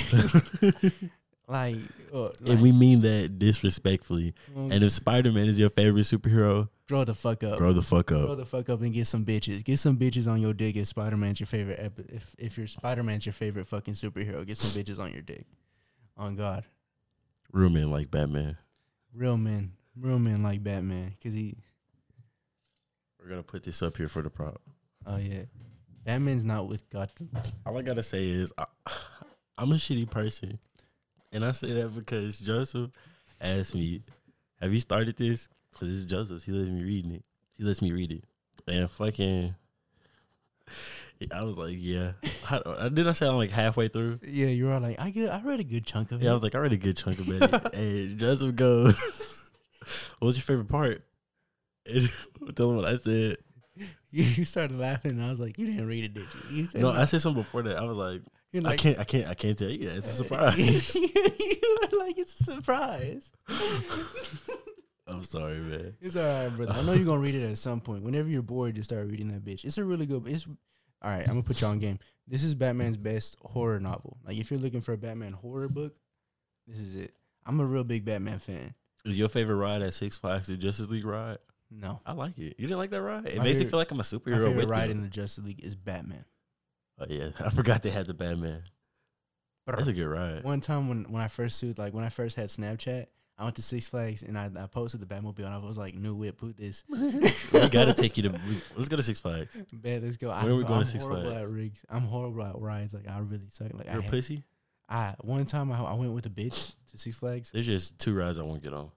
Speaker 1: Like, uh, like
Speaker 2: and we mean that disrespectfully.
Speaker 1: Mm.
Speaker 2: And if Spider Man is your favorite superhero,
Speaker 1: grow the fuck up.
Speaker 2: grow the fuck
Speaker 1: Grow
Speaker 2: up.
Speaker 1: the fuck up and get some bitches. Get some bitches on your dick if Spider Man's your favorite. Ep- if if your Spider Man's your favorite fucking superhero, get some bitches on your dick. On God,
Speaker 2: Real men like Batman.
Speaker 1: real men, real men like Batman, cause he.
Speaker 2: We're gonna put this up here for the prop.
Speaker 1: Oh yeah, Batman's not with Gotham.
Speaker 2: All I gotta say is I, <sighs> I'm a shitty person, and I say that because Joseph asked me, "Have you started this?" Because it's Joseph. He lets me reading it. He lets me read it, and fucking I was like, yeah. How, uh, didn't I say I'm like halfway through?
Speaker 1: Yeah, you were like, I get, I read a good chunk of it.
Speaker 2: Yeah, I was like, I read a good chunk of it. and Joseph goes, <laughs> "What was your favorite part?" And <laughs> tell him what I said.
Speaker 1: <laughs> you started laughing, and I was like, you didn't read it, did you? You said,
Speaker 2: No,
Speaker 1: like-
Speaker 2: I said something before that. I was like,
Speaker 1: you're
Speaker 2: I
Speaker 1: like-
Speaker 2: can't, I can't, I can't tell you. that. It's a
Speaker 1: <laughs>
Speaker 2: surprise.
Speaker 1: you were like, it's a surprise. <laughs>
Speaker 2: I'm sorry, man.
Speaker 1: It's all right, brother. I know you're gonna read it at some point. Whenever you're bored, just start reading that bitch. It's a really good. It's all right. I'm gonna put you on game. This is Batman's best horror novel. Like if you're looking for a Batman horror book, this is it. I'm a real big Batman fan.
Speaker 2: Is your favorite ride at Six Flags the Justice League ride?
Speaker 1: No,
Speaker 2: I like it. You didn't like that ride? It
Speaker 1: My
Speaker 2: makes
Speaker 1: favorite-
Speaker 2: you feel like I'm a
Speaker 1: my
Speaker 2: superhero.
Speaker 1: favorite
Speaker 2: With
Speaker 1: ride
Speaker 2: you.
Speaker 1: in the Justice League is Batman.
Speaker 2: oh yeah, <laughs> I forgot they had the Batman. That's a good ride.
Speaker 1: One time when when I first sued, like when I first had Snapchat, I went to Six Flags and I, I posted the Batmobile and I was like, "New whip, who this?" <laughs>
Speaker 2: we gotta take you to. we- Let's go to Six Flags.
Speaker 1: Bet, let's go.
Speaker 2: Where
Speaker 1: I,
Speaker 2: we
Speaker 1: I'm
Speaker 2: going to Six
Speaker 1: horrible at
Speaker 2: Flags?
Speaker 1: rigs. I'm horrible at rides. Like I really suck. Like I,
Speaker 2: You're a
Speaker 1: had-
Speaker 2: pussy.
Speaker 1: I one time I, I went with a bitch to Six Flags.
Speaker 2: There's just two rides I won't get on.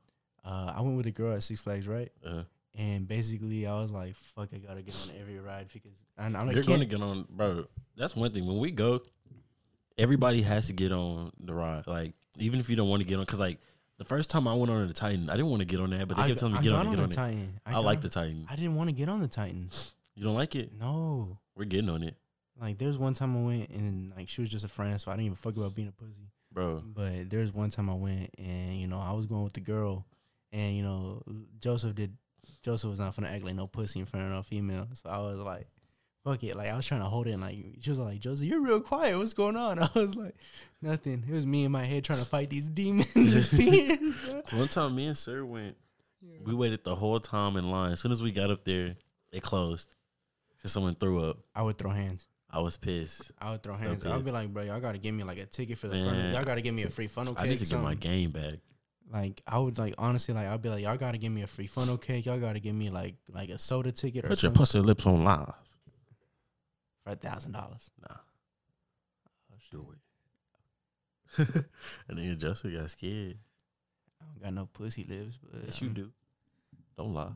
Speaker 1: Uh, I went with a girl at Six Flags, right?
Speaker 2: Uh,
Speaker 1: And basically, I was like, "Fuck, I gotta get on every ride because I'm, I'm
Speaker 2: they're
Speaker 1: like,
Speaker 2: going to
Speaker 1: can't,
Speaker 2: get on, bro. That's one thing. When we go, everybody has to get on the ride. Like even if you don't want to get on, because like the first time I went on the Titan, I didn't want to get on that, but they
Speaker 1: I,
Speaker 2: kept telling me
Speaker 1: I
Speaker 2: get
Speaker 1: got
Speaker 2: on, it, get on,
Speaker 1: the
Speaker 2: it.
Speaker 1: Titan.
Speaker 2: I like the
Speaker 1: got-
Speaker 2: Titan.
Speaker 1: I didn't want to get on the Titan.
Speaker 2: You don't like it?
Speaker 1: No,
Speaker 2: We're getting on it,
Speaker 1: like there's one time I went and like she was just a friend, so I didn't even fuck about being a pussy.
Speaker 2: bro.
Speaker 1: But there's one time I went and you know I was going with the girl, and you know Joseph did. Joseph was not gonna act like no pussy in front of no female, so I was like, "Fuck it!" Like I was trying to hold it. And, like she was like, "Joseph, you're real quiet. What's going on?" <laughs> I was like, "Nothing." It was me in my head trying to fight these demons.
Speaker 2: <laughs>
Speaker 1: these fears, bro.
Speaker 2: One time, me and Sir went. We waited the whole time in line. As soon as we got up there, it closed because someone threw up.
Speaker 1: I would throw hands.
Speaker 2: I was pissed.
Speaker 1: I would throw hands.
Speaker 2: good.
Speaker 1: I'd be like, "Bro, y'all gotta give me like a ticket for the funnel.
Speaker 2: Man.
Speaker 1: Y'all gotta give me a free funnel cake."
Speaker 2: I need to get my
Speaker 1: something."
Speaker 2: game back.
Speaker 1: Like I would like honestly like I'd be like, "Y'all gotta give me a free funnel cake. Y'all gotta give me like like a soda ticket or
Speaker 2: Put your
Speaker 1: something."
Speaker 2: pussy lips on live.
Speaker 1: for a thousand dollars. Oh,
Speaker 2: Nah. Oh, Do it. <laughs> and then Justin got scared.
Speaker 1: I don't got no pussy lips, but um,
Speaker 2: Yes,
Speaker 1: I
Speaker 2: you
Speaker 1: mean,
Speaker 2: do. Don't lie.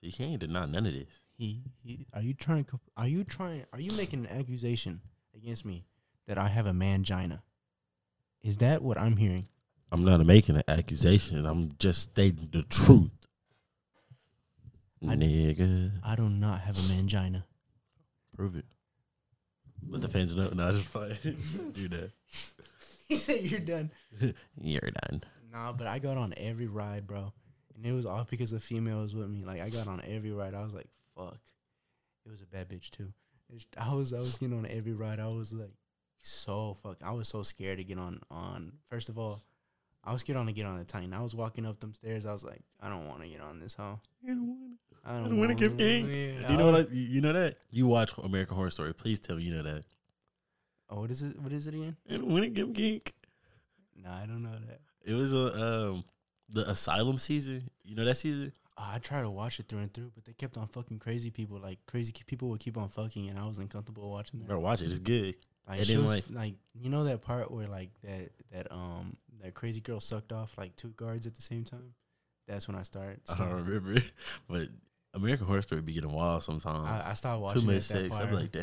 Speaker 2: See, he ain't deny none of this.
Speaker 1: He, he, are you trying? co- Are you trying? Are you making an accusation against me that I have a mangina? Is that what I'm hearing?
Speaker 2: I'm not making an accusation. I'm just stating the truth.
Speaker 1: I-
Speaker 2: Nigga.
Speaker 1: I do not have a mangina.
Speaker 2: <laughs> Prove it. Let the fans know. No, I just <laughs> playing. do that.
Speaker 1: He said you're done.
Speaker 2: You're done.
Speaker 1: Nah, but I got on every ride, bro, and it was all because a female was with me. Like I got on every ride. I was like, fuck. It was a bad bitch too. And sh- I was I was getting on every ride. I was like, so fuck. I was so scared to get on on. First of all, I was scared on to get on the Titan. I was walking up them stairs. I was like, I don't want to get on this hoe. I
Speaker 2: I don't want to give
Speaker 1: wanna-
Speaker 2: ink.
Speaker 1: Yeah,
Speaker 2: Do you know
Speaker 1: I-
Speaker 2: what? I, you you know that? You watch American Horror Story. Please tell me you know that.
Speaker 1: Oh, what is it? What is it again?
Speaker 2: I don't want to give ink.
Speaker 1: Nah, I don't know that.
Speaker 2: It was a um the Asylum season. You know that season?
Speaker 1: Uh, I tried to watch it through and through, but they kept on fucking crazy people. Like crazy ki- people would keep on fucking, and I was uncomfortable watching that.
Speaker 2: Bro, watch it. It's good.
Speaker 1: Like
Speaker 2: And
Speaker 1: she
Speaker 2: then,
Speaker 1: was
Speaker 2: like-
Speaker 1: like, you know that part where like that that um that crazy girl sucked off like two guards at the same time. That's when I started.
Speaker 2: I don't remember, <laughs> it, but American Horror Story be getting wild sometimes.
Speaker 1: I, I started
Speaker 2: Too
Speaker 1: watching
Speaker 2: much
Speaker 1: at that
Speaker 2: sex.
Speaker 1: part.
Speaker 2: I'm
Speaker 1: Like,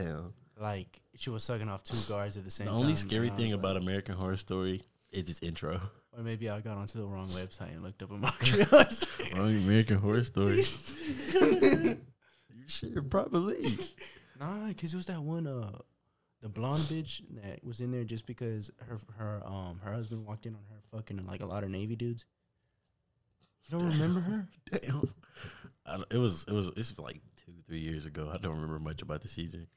Speaker 2: like, damn.
Speaker 1: she was sucking off two guards at the same
Speaker 2: The
Speaker 1: time.
Speaker 2: only scary
Speaker 1: and I was
Speaker 2: thing
Speaker 1: like-
Speaker 2: about American Horror Story is its intro. <laughs>
Speaker 1: or maybe I got onto the wrong website and looked up a <laughs> market.
Speaker 2: Only American
Speaker 1: <laughs>
Speaker 2: Horror Story. you should probably.
Speaker 1: Nah, because it was that one uh the blonde bitch that was in there just because her her um her husband walked in on her fucking like a lot of navy dudes. You don't remember her?
Speaker 2: Damn. I don't- it was it was it's like two three years ago. I don't remember much about the season.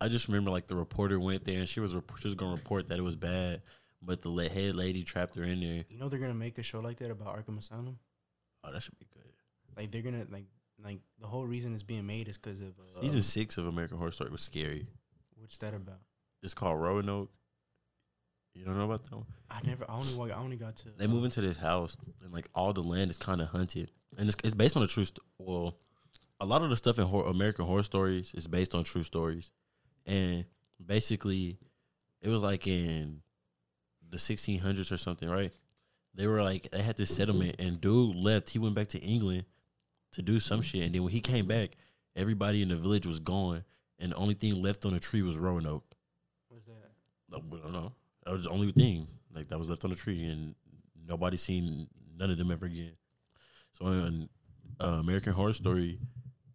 Speaker 2: I just remember like the reporter went there and she was rep- she was gonna report that it was bad, but the la- head lady trapped her in there.
Speaker 1: You know they're gonna make a show like that about Arkham Asylum.
Speaker 2: Oh, that should be good.
Speaker 1: Like they're gonna like like the whole reason it's being made is because of uh,
Speaker 2: Season six of American Horror Story was scary.
Speaker 1: What's that about?
Speaker 2: It's called Roanoke. You don't know about that one?
Speaker 1: I never. I only wa- I only got to.
Speaker 2: They move into this house and like all the land is kind of hunted, and it's, it's based on a true. St- well, a lot of the stuff in horror, American Horror Stories is based on true stories, and basically, it was like in the 1600s or something, right? They were like they had this settlement, and dude left. He went back to England to do some shit, and then when he came back, Everybody in the village was gone, and the only thing left on the tree was Roanoke.
Speaker 1: uh, What's that?
Speaker 2: I don't know. That was the only thing like that was left on the tree, and nobody seen none of them ever again. So in uh, American Horror Story,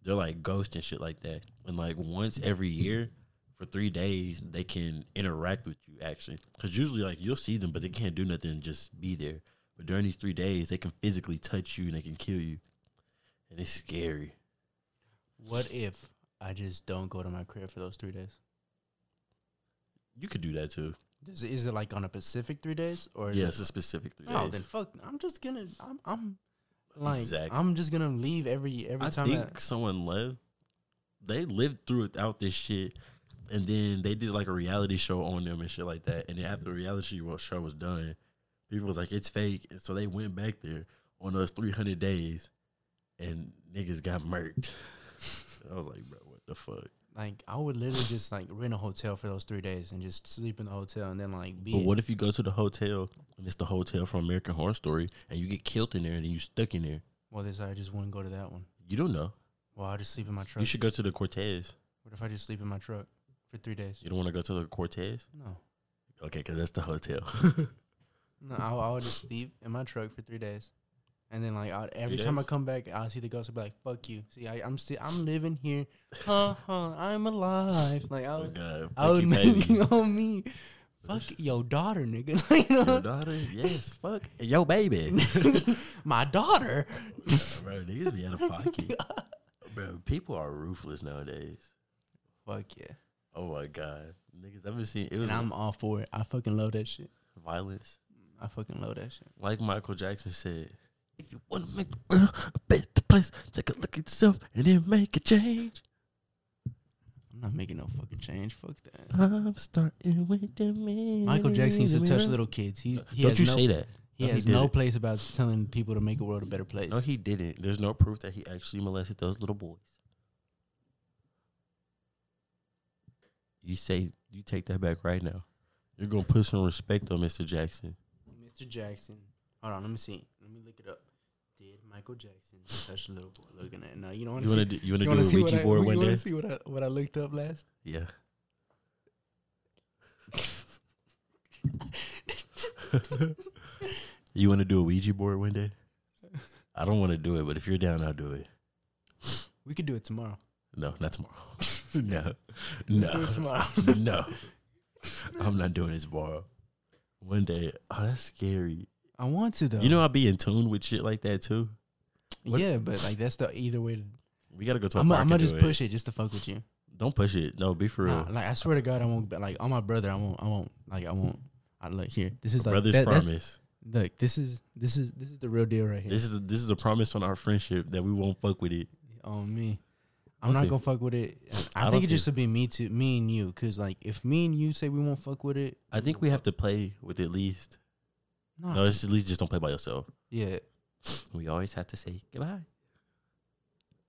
Speaker 2: they're like ghosts and shit like that, and like once every year for three days they can interact with you actually, because usually like you'll see them, but they can't do nothing, just be there. But during these three days, they can physically touch you and they can kill you, and it's scary.
Speaker 1: What if I just don't go to my crib for those three days?
Speaker 2: You could do that too.
Speaker 1: Does, is it like on a Pacific three days or? is
Speaker 2: Yeah,
Speaker 1: it-
Speaker 2: it's a specific three
Speaker 1: Oh,
Speaker 2: days.
Speaker 1: then fuck. I'm just gonna. I'm. I'm like.
Speaker 2: Exactly.
Speaker 1: I'm just gonna leave every every
Speaker 2: I
Speaker 1: time.
Speaker 2: think
Speaker 1: that-
Speaker 2: someone lived. They lived through without this shit, and then they did like a reality show on them and shit like that. And then after the reality wa- show was done, people was like, "It's fake," and so they went back there on those three hundred days, and niggas got murked. <laughs> I was like, bro, what the fuck?
Speaker 1: like I would literally just like rent a hotel for those three days and just sleep in the hotel and then like be.
Speaker 2: But what if you go to the hotel and it's the hotel from American Horror Story, and you get killed in there, and then you stuck in there?
Speaker 1: Well, this I just wouldn't go to that one.
Speaker 2: You don't know.
Speaker 1: Well, I just sleep in my truck.
Speaker 2: You should go to the Cortez.
Speaker 1: what if I just sleep in my truck for three days?
Speaker 2: You don't want to go to the Cortez,
Speaker 1: No,
Speaker 2: okay? Because that's the hotel.
Speaker 1: <laughs> no, I, I would just sleep in my truck for three days, and then like I'd, every
Speaker 2: Three
Speaker 1: time I
Speaker 2: days?
Speaker 1: come back, I'll see the ghost and be like, "Fuck you." See, I, I'm still I'm living
Speaker 2: <laughs>
Speaker 1: here. Huh, huh, I'm alive. Like I
Speaker 2: Oh
Speaker 1: would,
Speaker 2: God!
Speaker 1: I would
Speaker 2: Thank you,
Speaker 1: <laughs>
Speaker 2: baby.
Speaker 1: on me. Fuck your daughter, nigga. <laughs> Like, you
Speaker 2: Your
Speaker 1: know?
Speaker 2: daughter, yes, fuck, and
Speaker 1: <laughs>
Speaker 2: your baby.
Speaker 1: my daughter.
Speaker 2: bro, niggas be out
Speaker 1: <laughs>
Speaker 2: of pocket. bro, people are ruthless nowadays.
Speaker 1: Fuck yeah.
Speaker 2: Oh my God, niggas! I've been seeing it was
Speaker 1: And I'm all for it. I fucking love that shit.
Speaker 2: violence.
Speaker 1: I fucking love that shit.
Speaker 2: Like Michael Jackson said, if you want to make the world a better place, take a look at yourself and then make a change.
Speaker 1: I'm not making no fucking change. Fuck that.
Speaker 2: I'm starting with the man.
Speaker 1: Michael Jackson used to touch little kids. He, he
Speaker 2: Don't
Speaker 1: has
Speaker 2: you
Speaker 1: no,
Speaker 2: say that?
Speaker 1: He
Speaker 2: No,
Speaker 1: has
Speaker 2: didn't.
Speaker 1: no place about telling people to make the world a better place.
Speaker 2: No, he didn't. There's no proof that he actually molested those little boys. You say you take that back right now. You're gonna put some respect on Mr. Jackson.
Speaker 1: Mr. Jackson. Hold on, let me see. Let me look it up. Did Michael Jackson touch little boy? Looking at no, you don't want
Speaker 2: You
Speaker 1: to
Speaker 2: wanna
Speaker 1: see.
Speaker 2: do, you
Speaker 1: You
Speaker 2: wanna do
Speaker 1: want to
Speaker 2: a
Speaker 1: see what
Speaker 2: Ouija
Speaker 1: I,
Speaker 2: board
Speaker 1: you
Speaker 2: one
Speaker 1: wanna
Speaker 2: day?
Speaker 1: see what I what I looked up last? <laughs>
Speaker 2: Yeah. you wanna do a Ouija board one day? I don't wanna do it, but if you're down, I'll do it.
Speaker 1: We could do it tomorrow.
Speaker 2: No, not tomorrow. <laughs> no.
Speaker 1: Let's
Speaker 2: No.
Speaker 1: do it tomorrow.
Speaker 2: no, <laughs> I'm not doing this tomorrow. One day, oh, that's scary.
Speaker 1: <laughs> I want to though.
Speaker 2: You know, I'll be in tune with shit like that too. what-
Speaker 1: yeah, but like that's the either way. To,
Speaker 2: We gotta go to. A
Speaker 1: I'm
Speaker 2: park
Speaker 1: gonna
Speaker 2: and do
Speaker 1: just
Speaker 2: it.
Speaker 1: push it just to fuck with you.
Speaker 2: Don't push it. No, be for real.
Speaker 1: Nah, like I swear to God, I won't. be- Like on my brother, I won't. I won't. Like I won't. I look here. This is like
Speaker 2: Brothers
Speaker 1: that- that's-
Speaker 2: promise.
Speaker 1: Look, this is this is this is the real deal right here.
Speaker 2: This is this is a promise on our friendship that we won't fuck with it.
Speaker 1: on me. I'm
Speaker 2: Okay.
Speaker 1: not gonna fuck with it. I,
Speaker 2: I don't
Speaker 1: think it just would be me too, me and you. Cause like if me and you say we won't fuck with it,
Speaker 2: I think we have to play with at least.
Speaker 1: nah.
Speaker 2: No, it's at least just don't play by yourself.
Speaker 1: yeah,
Speaker 2: We always have to say goodbye.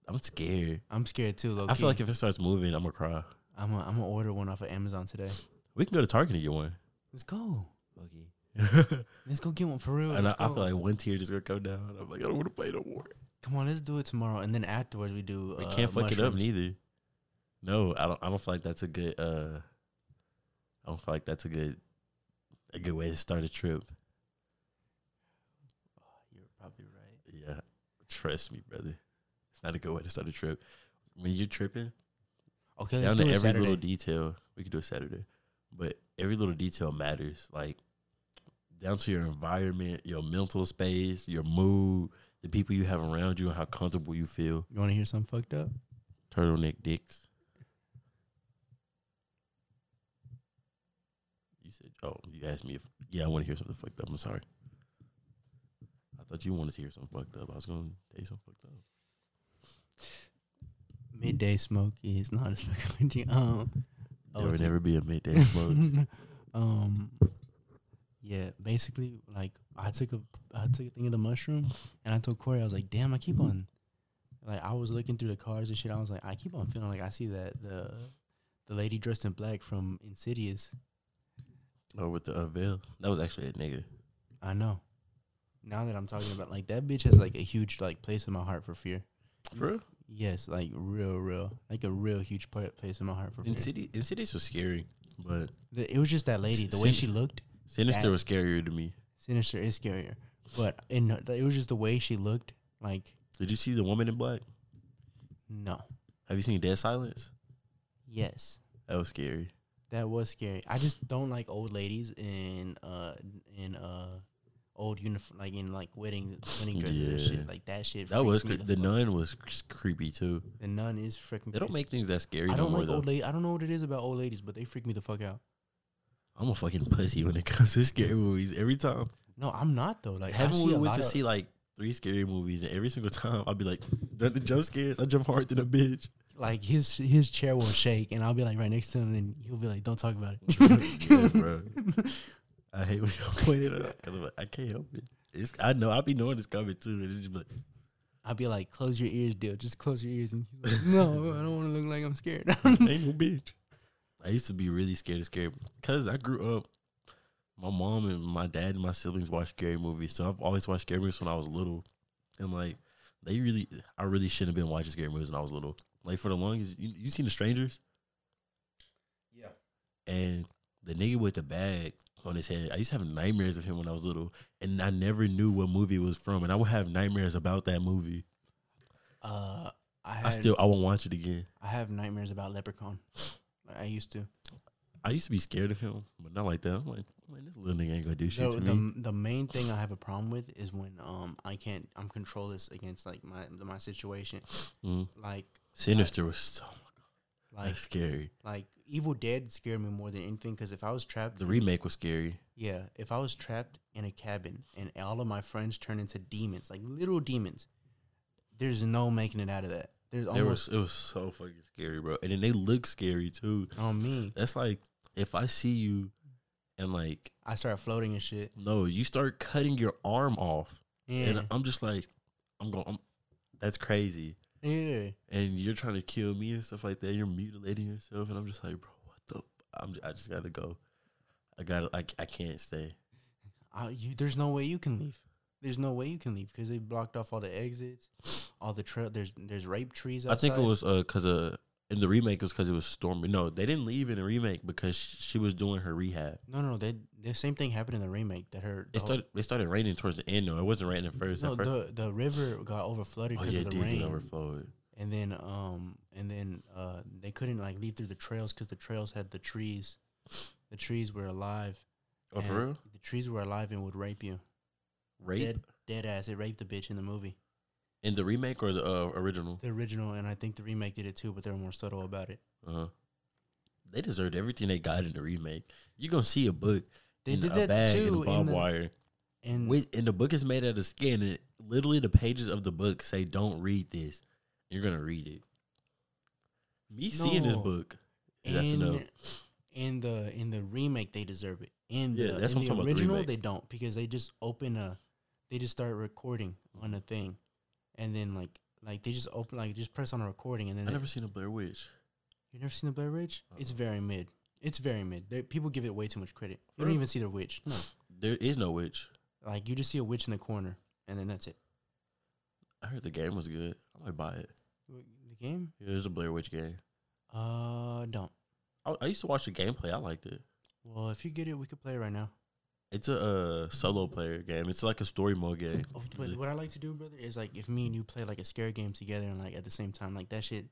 Speaker 2: I'm scared.
Speaker 1: I'm scared too. Low
Speaker 2: I feel like if it starts moving, I'm gonna cry.
Speaker 1: I'm gonna I'm gonna order one off of Amazon today.
Speaker 2: We can go to Target and get one.
Speaker 1: Let's go.
Speaker 2: <laughs> Okay.
Speaker 1: Let's go get one for real.
Speaker 2: and I,
Speaker 1: Let's
Speaker 2: I
Speaker 1: go.
Speaker 2: feel like one tear just gonna come down. I'm like, I don't want to play no more.
Speaker 1: Come on, let's do it tomorrow, and then afterwards we do.
Speaker 2: We
Speaker 1: uh,
Speaker 2: can't fuck it up
Speaker 1: mushrooms.
Speaker 2: neither. No, I don't. I don't feel like that's a good. uh I don't feel like that's a good, a good way to start a trip.
Speaker 1: You're probably right.
Speaker 2: Yeah, trust me, brother. It's not a good way to start a trip. When you're tripping,
Speaker 1: Okay, let's
Speaker 2: down
Speaker 1: do
Speaker 2: to
Speaker 1: it
Speaker 2: every
Speaker 1: Saturday.
Speaker 2: little detail. We could do it Saturday, but every little detail matters. Like down to your environment, your mental space, your mood, the people you have around you, and how comfortable you feel.
Speaker 1: you want to hear something fucked up?
Speaker 2: Turtleneck dicks. You said, oh, you asked me if, yeah, I want to hear something fucked up. I'm sorry. I thought you wanted to hear something fucked up. I was going to say something fucked up.
Speaker 1: Midday smoke is not as <laughs> fucking with you. Um, Oh,
Speaker 2: there would
Speaker 1: it's-
Speaker 2: never be a midday
Speaker 1: <laughs>
Speaker 2: smoke.
Speaker 1: um, yeah, basically, like I took a I took a thing of the mushroom, and I told Corey I was like, "Damn, I keep on." Like I was looking through the cars and shit. I was like, I keep on feeling like I see that the the lady dressed in black from Insidious. Oh,
Speaker 2: or with the uh, veil. That was actually a nigga.
Speaker 1: I know. Now that I'm talking about like that bitch has like a huge like place in my heart for fear.
Speaker 2: For real?
Speaker 1: Yes, like real, real, like a real huge part place in my heart for. Fear.
Speaker 2: Insidious, Insidious was scary, but
Speaker 1: The- It was just that lady, the way
Speaker 2: Sin-
Speaker 1: she looked.
Speaker 2: Sinister
Speaker 1: That-
Speaker 2: was scarier to me.
Speaker 1: Sinister is scarier, but in her- it was just the way she looked. Like
Speaker 2: Did you see the woman in black?
Speaker 1: no,
Speaker 2: Have you seen Dead Silence?
Speaker 1: yes,
Speaker 2: That was scary.
Speaker 1: that was scary. I just don't like old ladies in uh in uh old uniform, like in like wedding wedding dresses and
Speaker 2: Yeah.
Speaker 1: shit. Like that shit.
Speaker 2: That was
Speaker 1: freaks me
Speaker 2: cre- the
Speaker 1: fuck-
Speaker 2: nun was cre- creepy too.
Speaker 1: The nun is freaking.
Speaker 2: They don't
Speaker 1: crazy.
Speaker 2: make things that scary
Speaker 1: I
Speaker 2: no
Speaker 1: don't
Speaker 2: more
Speaker 1: like
Speaker 2: though.
Speaker 1: old ladies. I don't know what it is about old ladies, but they freak me the fuck out.
Speaker 2: I'm a fucking pussy when it <laughs> comes to scary movies. Every time,
Speaker 1: No, I'm not though. Like I
Speaker 2: haven't
Speaker 1: see
Speaker 2: we
Speaker 1: a
Speaker 2: went
Speaker 1: lot
Speaker 2: to
Speaker 1: of-
Speaker 2: see like three scary movies, and every single time I'll be like, "Don't the jump scares. I jump harder than a
Speaker 1: <laughs>
Speaker 2: bitch.
Speaker 1: like his his chair will shake, and I'll be like right next to him, and he'll be like, "Don't talk about it."
Speaker 2: yeah, bro. I hate when y'all <laughs> point it out 'cause I'm like, I can't help it. It's I know I'll be knowing it's coming too, and it's just like,
Speaker 1: I'll be like, "Close your ears, dude. Just close your ears." And he's like, "No, I don't want to look like I'm scared." <laughs>
Speaker 2: <laughs>
Speaker 1: Uh,
Speaker 2: ain't no bitch. I used to be really scared of scary because I grew up. My mom and my dad and my siblings watched scary movies, so I've always watched scary movies when I was little, and like they really, I really shouldn't have been watching scary movies when I was little. Like for the longest, you, you seen The Strangers?
Speaker 1: yeah.
Speaker 2: and the nigga with the bag on his head. I used to have nightmares of him when I was little, and I never knew what movie it was from, and I would have nightmares about that movie.
Speaker 1: Uh, I had,
Speaker 2: I still I won't watch it again.
Speaker 1: I have nightmares about Leprechaun. Like, I used to.
Speaker 2: I used to be scared of him, but not like that. I'm like, man, this little nigga ain't gonna do shit
Speaker 1: The,
Speaker 2: to me.
Speaker 1: the, the main thing I have a problem with is when um I can't I'm controlless against like my my situation
Speaker 2: Mm.
Speaker 1: like
Speaker 2: Sinister was so
Speaker 1: like
Speaker 2: scary.
Speaker 1: like Evil Dead scared me more than anything because if I was trapped
Speaker 2: The remake was scary.
Speaker 1: Yeah, if I was trapped in a cabin and all of my friends turned into demons, like little demons, there's no making it out of that. There's
Speaker 2: There
Speaker 1: almost
Speaker 2: was it was so fucking scary, bro. And then they look scary too.
Speaker 1: on me.
Speaker 2: That's like if I see you and like
Speaker 1: I started floating and shit. uh,
Speaker 2: no, you start cutting your arm off.
Speaker 1: Yeah,
Speaker 2: And I'm just like, I'm going. I'm, that's crazy.
Speaker 1: yeah.
Speaker 2: And you're trying to kill me and stuff like that. You're mutilating yourself, and I'm just like, bro, what the? f- I'm. I just gotta go. I gotta. I. I can't stay.
Speaker 1: I, you, there's no way you can leave. There's no way you can leave because they blocked off all the exits, all the trail. There's there's rape trees. Outside.
Speaker 2: I think it was uh because uh in the remake it was because it was Stormy. No, they didn't leave in the remake because sh- she was doing her rehab.
Speaker 1: no, no, no. They, the same thing happened in the remake that her. the
Speaker 2: It
Speaker 1: whole-
Speaker 2: started. It started raining towards the end though. It wasn't raining at first.
Speaker 1: Oh. no,
Speaker 2: at first.
Speaker 1: the the river got over flooded
Speaker 2: oh
Speaker 1: because
Speaker 2: yeah,
Speaker 1: of
Speaker 2: it
Speaker 1: the
Speaker 2: did
Speaker 1: rain.
Speaker 2: get overflowed.
Speaker 1: and then um and then uh they couldn't like leave through the trails because the trails had the trees the trees were alive
Speaker 2: Oh for
Speaker 1: and
Speaker 2: real?
Speaker 1: the trees were alive and would rape you
Speaker 2: Rape
Speaker 1: dead dead ass it raped the bitch in the movie
Speaker 2: in the remake or the uh, original?
Speaker 1: the original and i think the remake did it too but they were more subtle about it
Speaker 2: Uh-huh. They deserved everything they got in the remake. You're gonna see a book
Speaker 1: they
Speaker 2: in
Speaker 1: did
Speaker 2: a
Speaker 1: that
Speaker 2: bag in
Speaker 1: too
Speaker 2: barbed
Speaker 1: in the, Mm.
Speaker 2: wire.
Speaker 1: and
Speaker 2: Wait, and the book is made out of skin. And literally, the pages of the book say, "Don't read this." You're gonna read it. Me seeing this
Speaker 1: No.
Speaker 2: book, that's enough.
Speaker 1: in, in the in the remake they deserve it in the,
Speaker 2: Yeah, that's
Speaker 1: in
Speaker 2: what I'm talking
Speaker 1: the
Speaker 2: about, the
Speaker 1: original
Speaker 2: remake.
Speaker 1: they don't because they just open a they just start recording on a thing and then like like they just open like just press on a recording and then
Speaker 2: I
Speaker 1: it-
Speaker 2: never seen a Blair Witch.
Speaker 1: You never seen the Blair Witch? It's
Speaker 2: Uh-uh.
Speaker 1: very mid. It's very mid. They, people give it way too much credit. You don't
Speaker 2: Really?
Speaker 1: even see the witch. No,
Speaker 2: There is no witch.
Speaker 1: like you just see a witch in the corner, and then that's it.
Speaker 2: I heard the game was good. I might buy it.
Speaker 1: The game?
Speaker 2: Yeah, There's a Blair Witch game.
Speaker 1: Uh, don't.
Speaker 2: I, I used to watch the gameplay. I liked it.
Speaker 1: Well, if you get it, we could play it right now.
Speaker 2: It's a uh, solo player game. It's like a story mode game.
Speaker 1: Oh, but what I like to do, brother, is like if me and you play like a scary game together, and like at the same time, like that shit,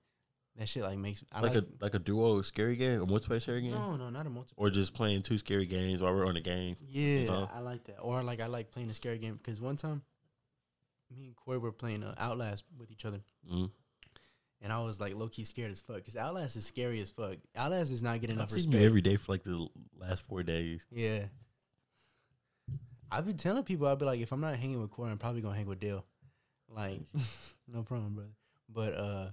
Speaker 1: that shit like makes I
Speaker 2: like,
Speaker 1: like.
Speaker 2: a like a duo scary game, a multiplayer scary game,
Speaker 1: no, no, not a multiple.
Speaker 2: or just playing two scary games while we're on the game.
Speaker 1: Yeah,
Speaker 2: No.
Speaker 1: I like that. Or like I like playing a scary game because one time, me and Corey were playing uh, Outlast with each other.
Speaker 2: Mm.
Speaker 1: and I was like low key scared as fuck because Outlast is scary as fuck. Outlast is not getting
Speaker 2: I've
Speaker 1: enough
Speaker 2: seen
Speaker 1: respect.
Speaker 2: you every day for like the last four days.
Speaker 1: yeah, I've been telling people I'd be like, if I'm not hanging with Corey, I'm probably gonna hang with Dale. Like, <laughs> no problem, brother. But uh,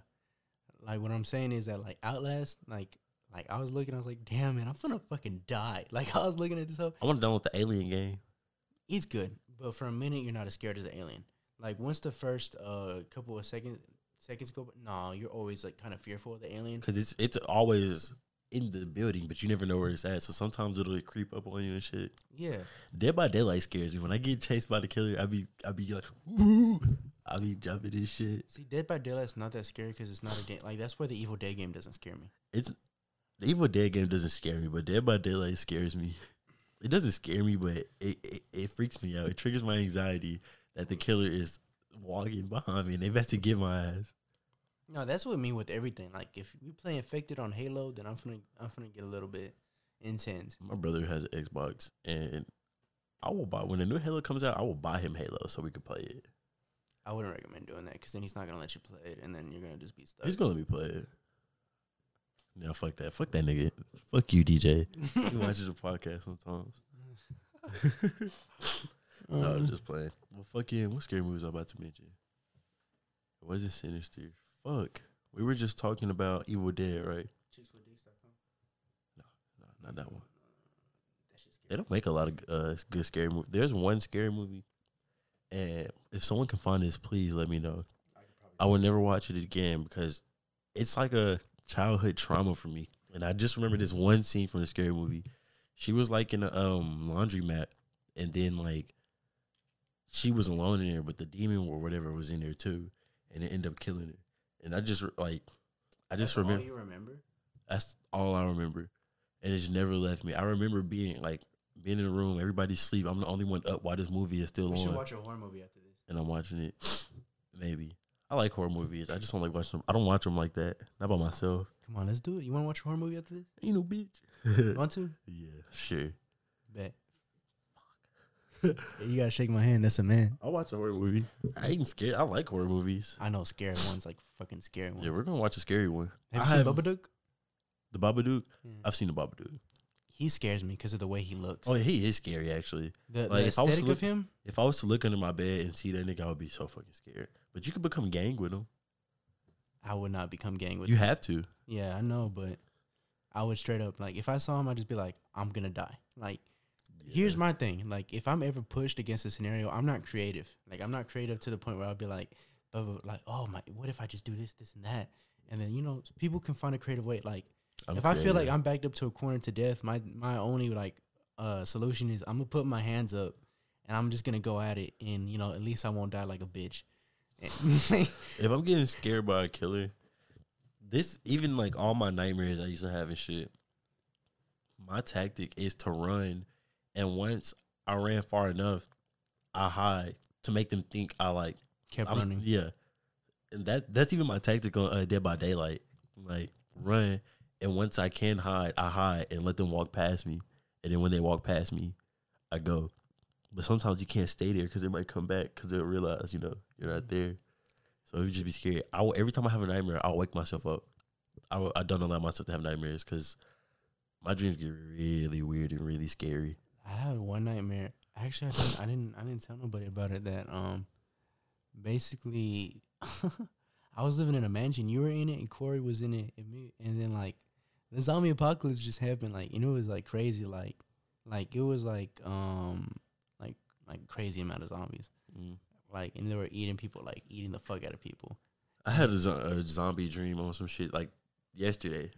Speaker 1: like what I'm saying is that like Outlast, like like I was looking, I was like, damn man, I'm gonna fucking die. <laughs> Like I was looking at this whole,
Speaker 2: I want to download the Alien game.
Speaker 1: it's good, but for a minute you're not as scared as an alien. Like once the first uh couple of seconds seconds go, nah, you're always like kind of fearful of the alien.
Speaker 2: because it's it's always in the building, but you never know where it's at. So sometimes it'll creep up on you and shit.
Speaker 1: Yeah.
Speaker 2: Dead by Daylight scares me. When I get chased by the killer, I be I be like, Ooh! I be jumping this shit.
Speaker 1: See, Dead by Daylight's not that scary because it's not a game. Like that's where the Evil Dead game doesn't scare me.
Speaker 2: It's the Evil Dead game doesn't scare me, but Dead by Daylight scares me. It doesn't scare me, but it, it, it freaks me out. It triggers my anxiety that the killer is walking behind me and they about to get my ass.
Speaker 1: No, that's what I mean with everything. Like if we play Infected on Halo, then I'm finna I'm finna get a little bit intense.
Speaker 2: My brother has an Xbox, and I will buy when the new Halo comes out. I will buy him Halo so we can play it.
Speaker 1: I wouldn't recommend doing that because then he's not gonna let you play it, and then you're gonna just be stuck. <laughs>
Speaker 2: He's gonna let me play it. No, fuck that. Fuck that nigga. Fuck you, DJ. He
Speaker 1: <laughs>
Speaker 2: watches the podcast sometimes. no,
Speaker 1: Mm-hmm. Um,
Speaker 2: I'm just playing. Well, fucking, what scary movies I about to mention? It wasn't Sinister. Fuck. We were just talking about Evil Dead, right? No, not that one. They don't make a lot of uh, good scary movies. There's one scary movie, and if someone can find this, please let me know. I will never watch it again because it's like a childhood trauma for me. And I just remember this one scene from the scary movie. She was like in a um, laundromat, and then like she was alone in there, but the demon or whatever was in there too, and it ended up killing her. And I just like, I just
Speaker 1: That's all
Speaker 2: remember.
Speaker 1: you remember?
Speaker 2: That's all I remember, and it's never left me. I remember being like being in a room, everybody's asleep. I'm the only one up while this movie is still
Speaker 1: We should
Speaker 2: on,
Speaker 1: watch a horror movie after this.
Speaker 2: and I'm watching it. <sniffs> Maybe I like horror movies. I just don't like watching them. I don't watch them like that. Not by myself.
Speaker 1: Come on, let's do it. You want to watch a horror movie after this?
Speaker 2: You know, bitch. <laughs>
Speaker 1: You want to?
Speaker 2: yeah, sure.
Speaker 1: Bet. Fuck. you gotta shake my hand. That's a man.
Speaker 2: I watch a horror movie. I ain't scared. I like horror movies.
Speaker 1: I know scary ones, like fucking scary ones.
Speaker 2: Yeah, we're gonna watch a scary one.
Speaker 1: have
Speaker 2: I
Speaker 1: you seen
Speaker 2: have-
Speaker 1: Babadook?
Speaker 2: The Babadook.
Speaker 1: Yeah.
Speaker 2: I've seen the Babadook.
Speaker 1: He scares me because of the way he looks.
Speaker 2: Oh, yeah, he is scary actually.
Speaker 1: the, the
Speaker 2: like, if I was
Speaker 1: aesthetic of
Speaker 2: look-
Speaker 1: him.
Speaker 2: If I was to look under my bed and see that nigga, I would be so fucking scared. But you could become gang with him.
Speaker 1: I would not become gang with.
Speaker 2: You
Speaker 1: him.
Speaker 2: have to.
Speaker 1: Yeah, I know, but I would straight up like if I saw him, I'd just be like, I'm gonna die. Like, here's my thing. Like, if I'm ever pushed against a scenario, I'm not creative. Like, I'm not creative to the point where I'll be like, but like, oh my, what if I just do this, this, and that? And then you know, people can find a creative way. Like, if I feel like I'm backed up to a corner to death, my my only like uh solution is I'm gonna put my hands up and I'm just gonna go at it, and you know, at least I won't die like a bitch. <laughs> And-
Speaker 2: if I'm getting scared by a killer, this even like all my nightmares I used to have and shit. My tactic is to run, and once I ran far enough, I hide to make them think I like
Speaker 1: Kept
Speaker 2: I'm
Speaker 1: running.
Speaker 2: yeah, and that that's even my tactic on uh, Dead by Daylight. Like run, and once I can hide, I hide and let them walk past me, and then when they walk past me, I go. But sometimes you can't stay there because they might come back because they'll realize you know you're not there. So you just be scared. I will, every time I have a nightmare, I'll wake myself up. I, will- I don't allow myself to have nightmares because my dreams get really weird and really scary.
Speaker 1: I had one nightmare. Actually, I didn't, I didn't. I didn't tell nobody about it. That um, basically, <laughs> I was living in a mansion. You were in it, and Corey was in it, and me. And then like, the zombie apocalypse just happened. Like, and it was like crazy. Like, like it was like um, like like crazy amount of zombies. Like, and they were eating people. Like eating the fuck out of people.
Speaker 2: I had a, zo- a zombie dream on some shit like yesterday.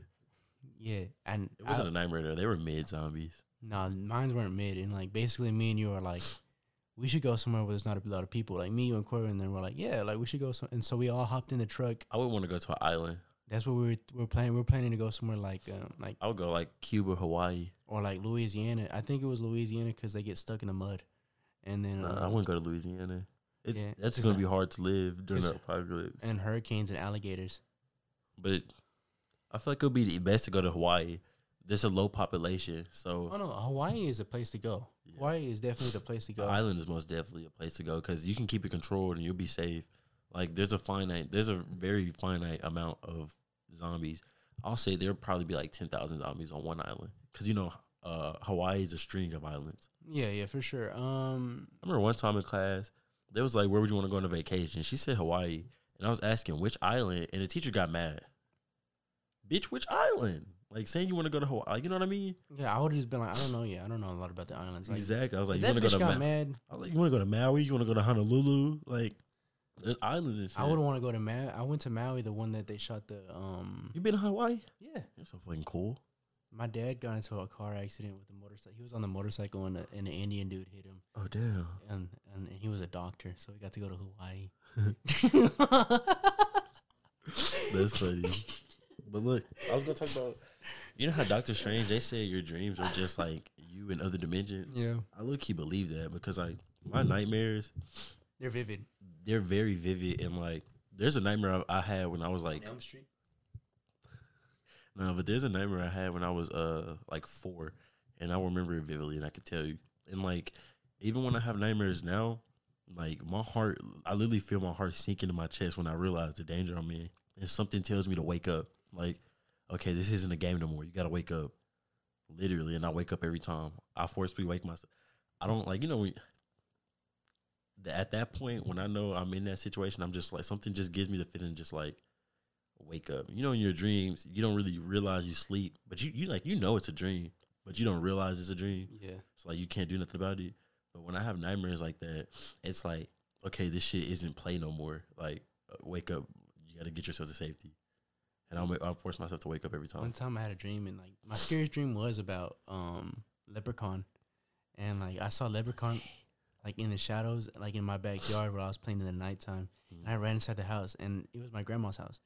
Speaker 1: Yeah, and
Speaker 2: It
Speaker 1: I-
Speaker 2: wasn't a nightmare though. They were mid zombies.
Speaker 1: No, mines weren't mid, and like basically, me and you are like, we should go somewhere where there's not a lot of people. Like me, you, and Corey, and then we're like, yeah, like we should go. Some-. And so we all hopped in the truck.
Speaker 2: I would want to go to an island.
Speaker 1: That's what we were, we were planning. We are planning to go somewhere like, um, like
Speaker 2: I would go like Cuba, Hawaii.
Speaker 1: or like Louisiana. I think it was Louisiana because they get stuck in the mud, and then
Speaker 2: Nah,
Speaker 1: uh,
Speaker 2: I wouldn't go to Louisiana. It,
Speaker 1: Yeah,
Speaker 2: that's
Speaker 1: it's
Speaker 2: gonna
Speaker 1: not-
Speaker 2: be hard to live during the
Speaker 1: it's-
Speaker 2: apocalypse.
Speaker 1: and hurricanes and alligators.
Speaker 2: But I feel like it would be the best to go to Hawaii. There's a low population,
Speaker 1: Oh
Speaker 2: so
Speaker 1: no, Hawaii is a place to go. Hawaii is definitely the place to
Speaker 2: the
Speaker 1: go.
Speaker 2: island is most definitely a place to go because you can keep it controlled and you'll be safe. Like there's a finite, there's a very finite amount of zombies. I'll say there'll probably be like ten thousand zombies on one island because you know uh, Hawaii is a string of islands.
Speaker 1: yeah, yeah, for sure. Um,
Speaker 2: I remember one time in class, they was like, "Where would you want to go on a vacation?" She said Hawaii, and I was asking which island, and the teacher got mad. Bitch, which island? Like saying you want to go to Hawaii, you know what I mean?
Speaker 1: yeah, I would have just been like, I don't know, yeah, I don't know a lot about the islands. Like,
Speaker 2: exactly. I was like,
Speaker 1: if
Speaker 2: you
Speaker 1: that
Speaker 2: want to go
Speaker 1: bitch
Speaker 2: to
Speaker 1: got
Speaker 2: Ma-
Speaker 1: mad.
Speaker 2: I was like, you want to go to Maui? You want to go to Honolulu? Like, there's islands and shit.
Speaker 1: I would want to go to Maui. I went to Maui, the one that they shot the um.
Speaker 2: You been to Hawaii?
Speaker 1: Yeah,
Speaker 2: That's so fucking cool.
Speaker 1: my dad got into a uh, car accident with a motorcycle. He was on the motorcycle and, a, and an Indian dude hit him,
Speaker 2: Oh damn.
Speaker 1: and and he was a doctor, so he got to go to Hawaii.
Speaker 2: <laughs> That's funny. But look, I was gonna talk about. You know how Doctor Strange they say your dreams are just like you in other dimensions.
Speaker 1: Yeah,
Speaker 2: I low key believe that because like my nightmares,
Speaker 1: they're vivid.
Speaker 2: they're very vivid and like there's a nightmare I, I had when I was like
Speaker 1: Elm Street.
Speaker 2: no, but there's a nightmare I had when I was uh like four, and I remember it vividly, and I could tell you. And like even when I have nightmares now, like my heart, I literally feel my heart sink into my chest when I realize the danger I'm in, and something tells me to wake up. Like, okay, this isn't a game no more. You gotta wake up, literally. And I wake up every time. I forcefully wake myself. I don't like you know. When, the- at that point, when I know I'm in that situation, I'm just like something just gives me the feeling, just like wake up. You know, in your dreams, you don't really realize you sleep, but you you like you know it's a dream, but you don't realize it's a dream.
Speaker 1: Yeah,
Speaker 2: So like you can't do nothing about it. But when I have nightmares like that, it's like, okay, this shit isn't play no more. Like, uh, wake up. You got to get yourself to safety. And I'll, make, I'll force myself to wake up every
Speaker 1: one
Speaker 2: time.
Speaker 1: time I had a dream, and like my scariest dream was about um leprechaun, and like I saw leprechaun like in the shadows, like in my backyard where I was playing in the nighttime.
Speaker 2: Mm-hmm.
Speaker 1: And I ran inside the house, and it was my grandma's house,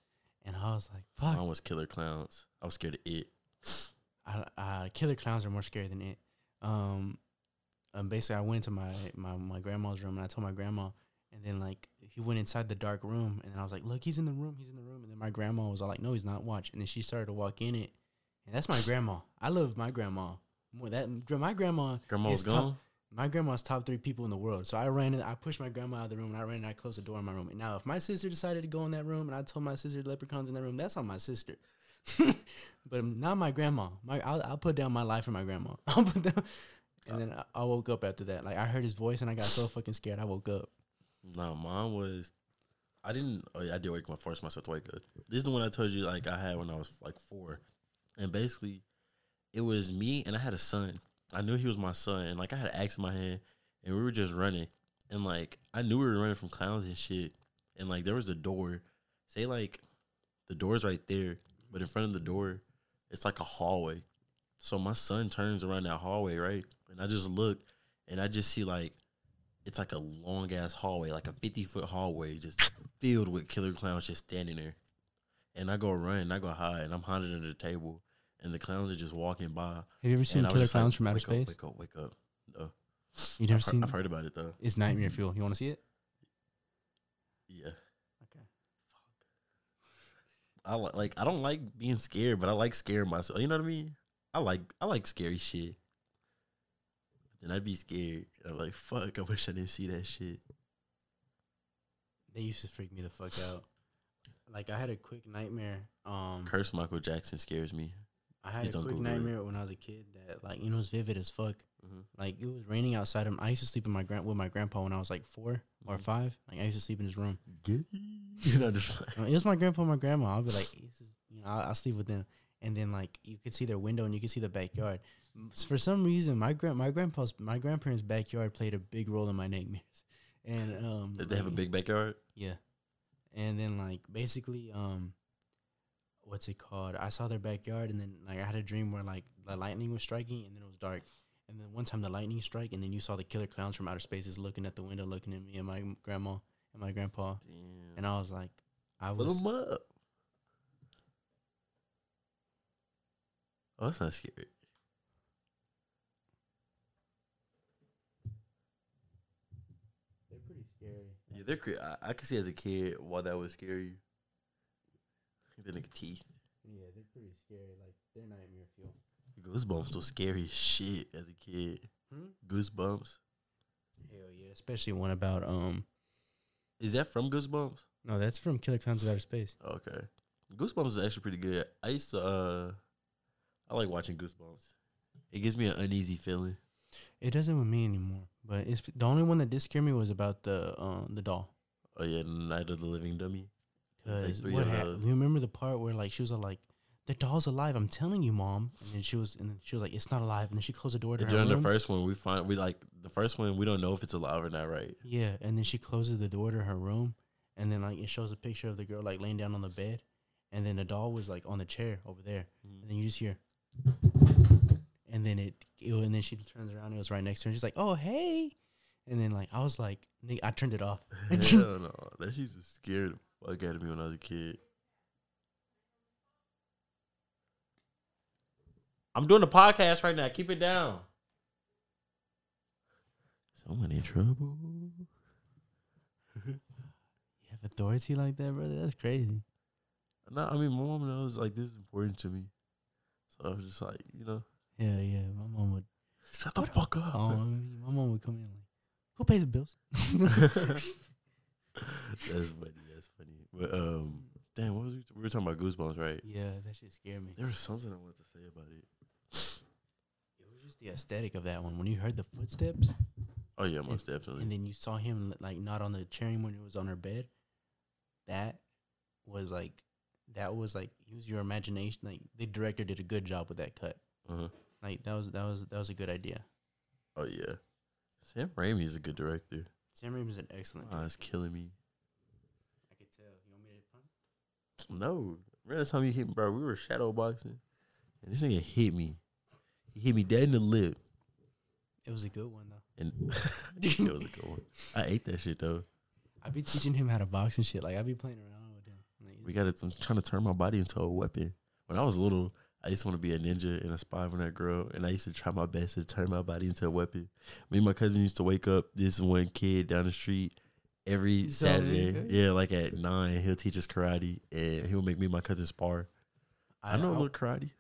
Speaker 1: and I was like, "Fuck!"
Speaker 2: Mine was Killer Clowns. I was scared of it.
Speaker 1: I, I, killer clowns are more scary than it. Um, um, basically, I went into my, my, my grandma's room and I told my grandma, and then like he went inside the dark room, and then I was like, "Look, he's in the room, he's in the room." And then my grandma was all like, "No, he's not. Watch." And then she started to walk in it, and that's my grandma. I love my grandma more. That my grandma,
Speaker 2: Grandma was
Speaker 1: is top-
Speaker 2: gone.
Speaker 1: my grandma's top three people in the world. So I ran, in, I pushed my grandma out of the room, and I ran and I closed the door in my room. And now, if my sister decided to go in that room, and I told my sister leprechauns in that room, that's on my sister. <laughs> but not my grandma. My, I'll, I'll put down my life for my grandma. <laughs> I'll put down, and then I, I woke up after that. Like I heard his voice, and I got so fucking scared. I woke up.
Speaker 2: No, mine was. I didn't. Oh yeah, I did wake my force myself to wake up. This is the one I told you like I had when I was like four, and basically, it was me and I had a son. I knew he was my son, and like I had an axe in my hand, and we were just running, and like I knew we were running from clowns and shit, and like there was a door. Say like, the door's right there, but in front of the door, it's like a hallway. So my son turns around that hallway, right, and I just look, and I just see like it's like a long ass hallway, like a 50 foot hallway, just filled with killer clowns just standing there. And I go run, and I go hide, and I'm hiding under the table, and the clowns are just walking by.
Speaker 1: Have you ever seen
Speaker 2: and I was
Speaker 1: Killer
Speaker 2: just like,
Speaker 1: Clowns from Outer
Speaker 2: wake
Speaker 1: Space?
Speaker 2: Up, wake up, wake up. No.
Speaker 1: you never
Speaker 2: I've, heard,
Speaker 1: seen?
Speaker 2: I've heard about it though.
Speaker 1: It's Nightmare Fuel. You want to see it?
Speaker 2: Yeah.
Speaker 1: Okay.
Speaker 2: I li- like I don't like being scared, but I like scaring myself. You know what I mean? I like I like scary shit. Then I'd be scared. I'm like, fuck, I wish I didn't see that shit.
Speaker 1: They used to freak me the fuck out. Like I had a quick nightmare. Um,
Speaker 2: Curse Michael Jackson scares me.
Speaker 1: I had a
Speaker 2: He's
Speaker 1: quick
Speaker 2: Uncle Ray.
Speaker 1: nightmare when I was a kid that like you know it was vivid as fuck.
Speaker 2: Mhm.
Speaker 1: Like it was raining outside. And I used to sleep in my grand with my grandpa when I was like 4 or
Speaker 2: Mhm.
Speaker 1: five. Like I used to sleep in his room.
Speaker 2: <laughs> you know, just like,
Speaker 1: I <laughs> mean, it was my grandpa, and my grandma. I'll be like, this is- you know, I'll, I'll sleep with them. And then like you could see their window and you could see the backyard. M- For some reason, my grand my grandpa's my grandparents' backyard played a big role in my nightmares. And um,
Speaker 2: did they have a
Speaker 1: like-
Speaker 2: big backyard?
Speaker 1: yeah. And then like basically, um what's it called? I saw their backyard and then like I had a dream where like the lightning was striking and then it was dark. And then one time the lightning strike and then you saw the killer clowns from outer space is looking at the window looking at me and my grandma and my grandpa.
Speaker 2: Damn.
Speaker 1: And I was like I
Speaker 2: Put
Speaker 1: was
Speaker 2: them up. Oh, that's not scary.
Speaker 1: they're pretty scary.
Speaker 2: Yeah, they're. Cre- I, I could see as a kid why that would scare you. The nigga teeth.
Speaker 1: Yeah, they're pretty scary. Like they're nightmare fuel.
Speaker 2: Goosebumps was scary as shit as a kid.
Speaker 1: Hmm?
Speaker 2: Goosebumps.
Speaker 1: Hell yeah. Especially one about um
Speaker 2: Is that from Goosebumps?
Speaker 1: no, that's from Killer Clowns of Outer Space.
Speaker 2: Okay. Goosebumps is actually pretty good. I used to. uh I like watching Goosebumps. It gives me an uneasy feeling.
Speaker 1: It doesn't with me anymore. But it's the only one that did scare me was about the um the doll.
Speaker 2: Oh yeah, Night of the Living Dummy. Like
Speaker 1: Cause
Speaker 2: three
Speaker 1: what
Speaker 2: of
Speaker 1: hap-
Speaker 2: those.
Speaker 1: You remember the part where like she was all like, "The doll's alive." I'm telling you, mom. And then she was, and then she was like, "It's not alive." And then she closed the door to
Speaker 2: And
Speaker 1: her
Speaker 2: during
Speaker 1: room.
Speaker 2: the first one, we find we like the first one. We don't know if it's alive or not, right?
Speaker 1: yeah, and then she closes the door to her room, and then like it shows a picture of the girl like laying down on the bed, and then the doll was like on the chair over there,
Speaker 2: Mm-hmm.
Speaker 1: and then you just hear,
Speaker 2: <laughs>
Speaker 1: and then it, it and then she turns around, and it was right next to her, and she's like, "Oh hey," And then like I was like, nigga, I turned it
Speaker 2: <laughs>
Speaker 1: off. <laughs>
Speaker 2: Hell no, that used to scare the fuck out of me when I was a kid.
Speaker 4: I'm doing a podcast right now. Keep it down.
Speaker 2: Someone in trouble.
Speaker 1: You have authority like that, brother? That's crazy.
Speaker 2: No, I mean my mom knows like this is important to me, so I was just like, you know,
Speaker 1: Yeah, yeah. My mom would.
Speaker 2: shut the fuck up. <laughs>
Speaker 1: Oh, I mean, my mom would come in like, who pays the bills? <laughs>
Speaker 2: That's funny. That's funny. But um, damn, what was we, we were talking about Goosebumps, right?
Speaker 1: yeah, that shit scared me.
Speaker 2: There was something I wanted to say about it. <sniffs>
Speaker 1: It was just the aesthetic of that one. When you heard the footsteps,
Speaker 2: Oh yeah, most definitely.
Speaker 1: and then you saw him li- like not on the chair anymore, and it was on her bed. That was like, that was like, use your imagination. Like the director did a good job with that cut.
Speaker 2: Uh-huh.
Speaker 1: Like that was that was that was a good idea.
Speaker 2: Oh yeah, Sam Raimi is a good director.
Speaker 1: Sam Raimi's an excellent.
Speaker 2: Oh, it's killing me.
Speaker 1: I could tell. You want me to pun?
Speaker 2: No, remember that time you hit me, bro? We were shadow boxing, and this nigga hit me. He hit me dead in the lip,
Speaker 1: It was a good one though.
Speaker 2: and <laughs> it was a good one. I ate that shit though.
Speaker 1: I'd be teaching him how to box and shit. Like I'd be playing around with him. Like,
Speaker 2: We got it. I'm trying to turn my body into a weapon. When I was little, I used to want to be a ninja and a spy when I grew up, and I used to try my best to turn my body into a weapon. Me and my cousin used to wake up this one kid down the street every
Speaker 1: He's already
Speaker 2: Saturday.
Speaker 1: good.
Speaker 2: Yeah, like at nine, he'll teach us karate, and he'll make me and my cousin spar. I, know a little karate.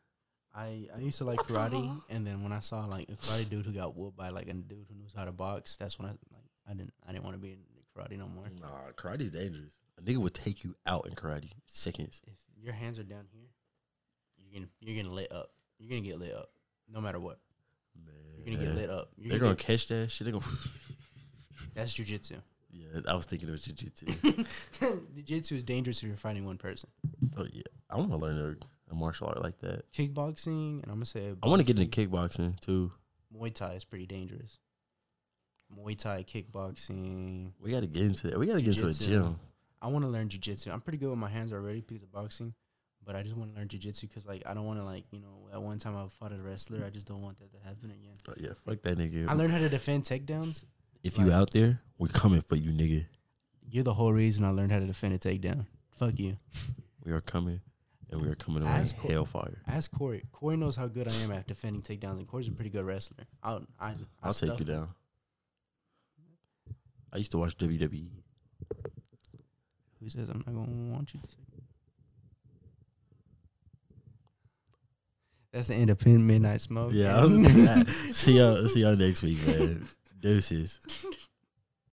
Speaker 1: I, I used to like karate, and then when I saw like a karate dude who got whooped by like a dude who knows how to box, that's when I like I didn't I didn't want to be in karate no more.
Speaker 2: Nah, karate's dangerous. A nigga would take you out in karate seconds.
Speaker 1: If your hands are down here, you're gonna you're gonna lit up. You're gonna get lit up, no matter what. You're gonna get
Speaker 2: Man.
Speaker 1: lit up. You're
Speaker 2: They're
Speaker 1: gonna
Speaker 2: gonna catch that shit. They're gonna. <laughs>
Speaker 1: get- that's jujitsu.
Speaker 2: yeah, I was thinking it was jiu-jitsu.
Speaker 1: <laughs> jujitsu is dangerous if you're fighting one person.
Speaker 2: oh yeah, I want to learn a, a martial art like that.
Speaker 1: Kickboxing, and I'm gonna say
Speaker 2: I want to get into kickboxing too.
Speaker 1: Muay Thai is pretty dangerous. Muay Thai, kickboxing.
Speaker 2: We got to get into that. We got to get into a
Speaker 1: Jiu-jitsu.
Speaker 2: gym.
Speaker 1: I want to learn jujitsu. I'm pretty good with my hands already because of boxing, but I just want to learn jujitsu because like I don't want to like you know at one time I fought a wrestler. I just don't want that to happen again.
Speaker 2: Oh, yeah, fuck that nigga.
Speaker 1: I learned how to defend takedowns.
Speaker 2: if you out there, we're coming for you, nigga.
Speaker 1: You're the whole reason I learned how to defend a takedown. Fuck you.
Speaker 2: We are coming, and we are coming away
Speaker 1: That's
Speaker 2: as
Speaker 1: cool.
Speaker 2: hellfire.
Speaker 1: Ask Corey. Corey knows how good I am at defending takedowns, and Corey's a pretty good wrestler. I'll I, I
Speaker 2: I'll take
Speaker 1: stuff
Speaker 2: you
Speaker 1: him.
Speaker 2: down. I used to watch E. WWE.
Speaker 1: Who says I'm not gonna want you to? Take That's the end of Pin Midnight Smoke. <laughs>
Speaker 2: <laughs> Yeah, I was, see y'all. See y'all next week, man. Deuces.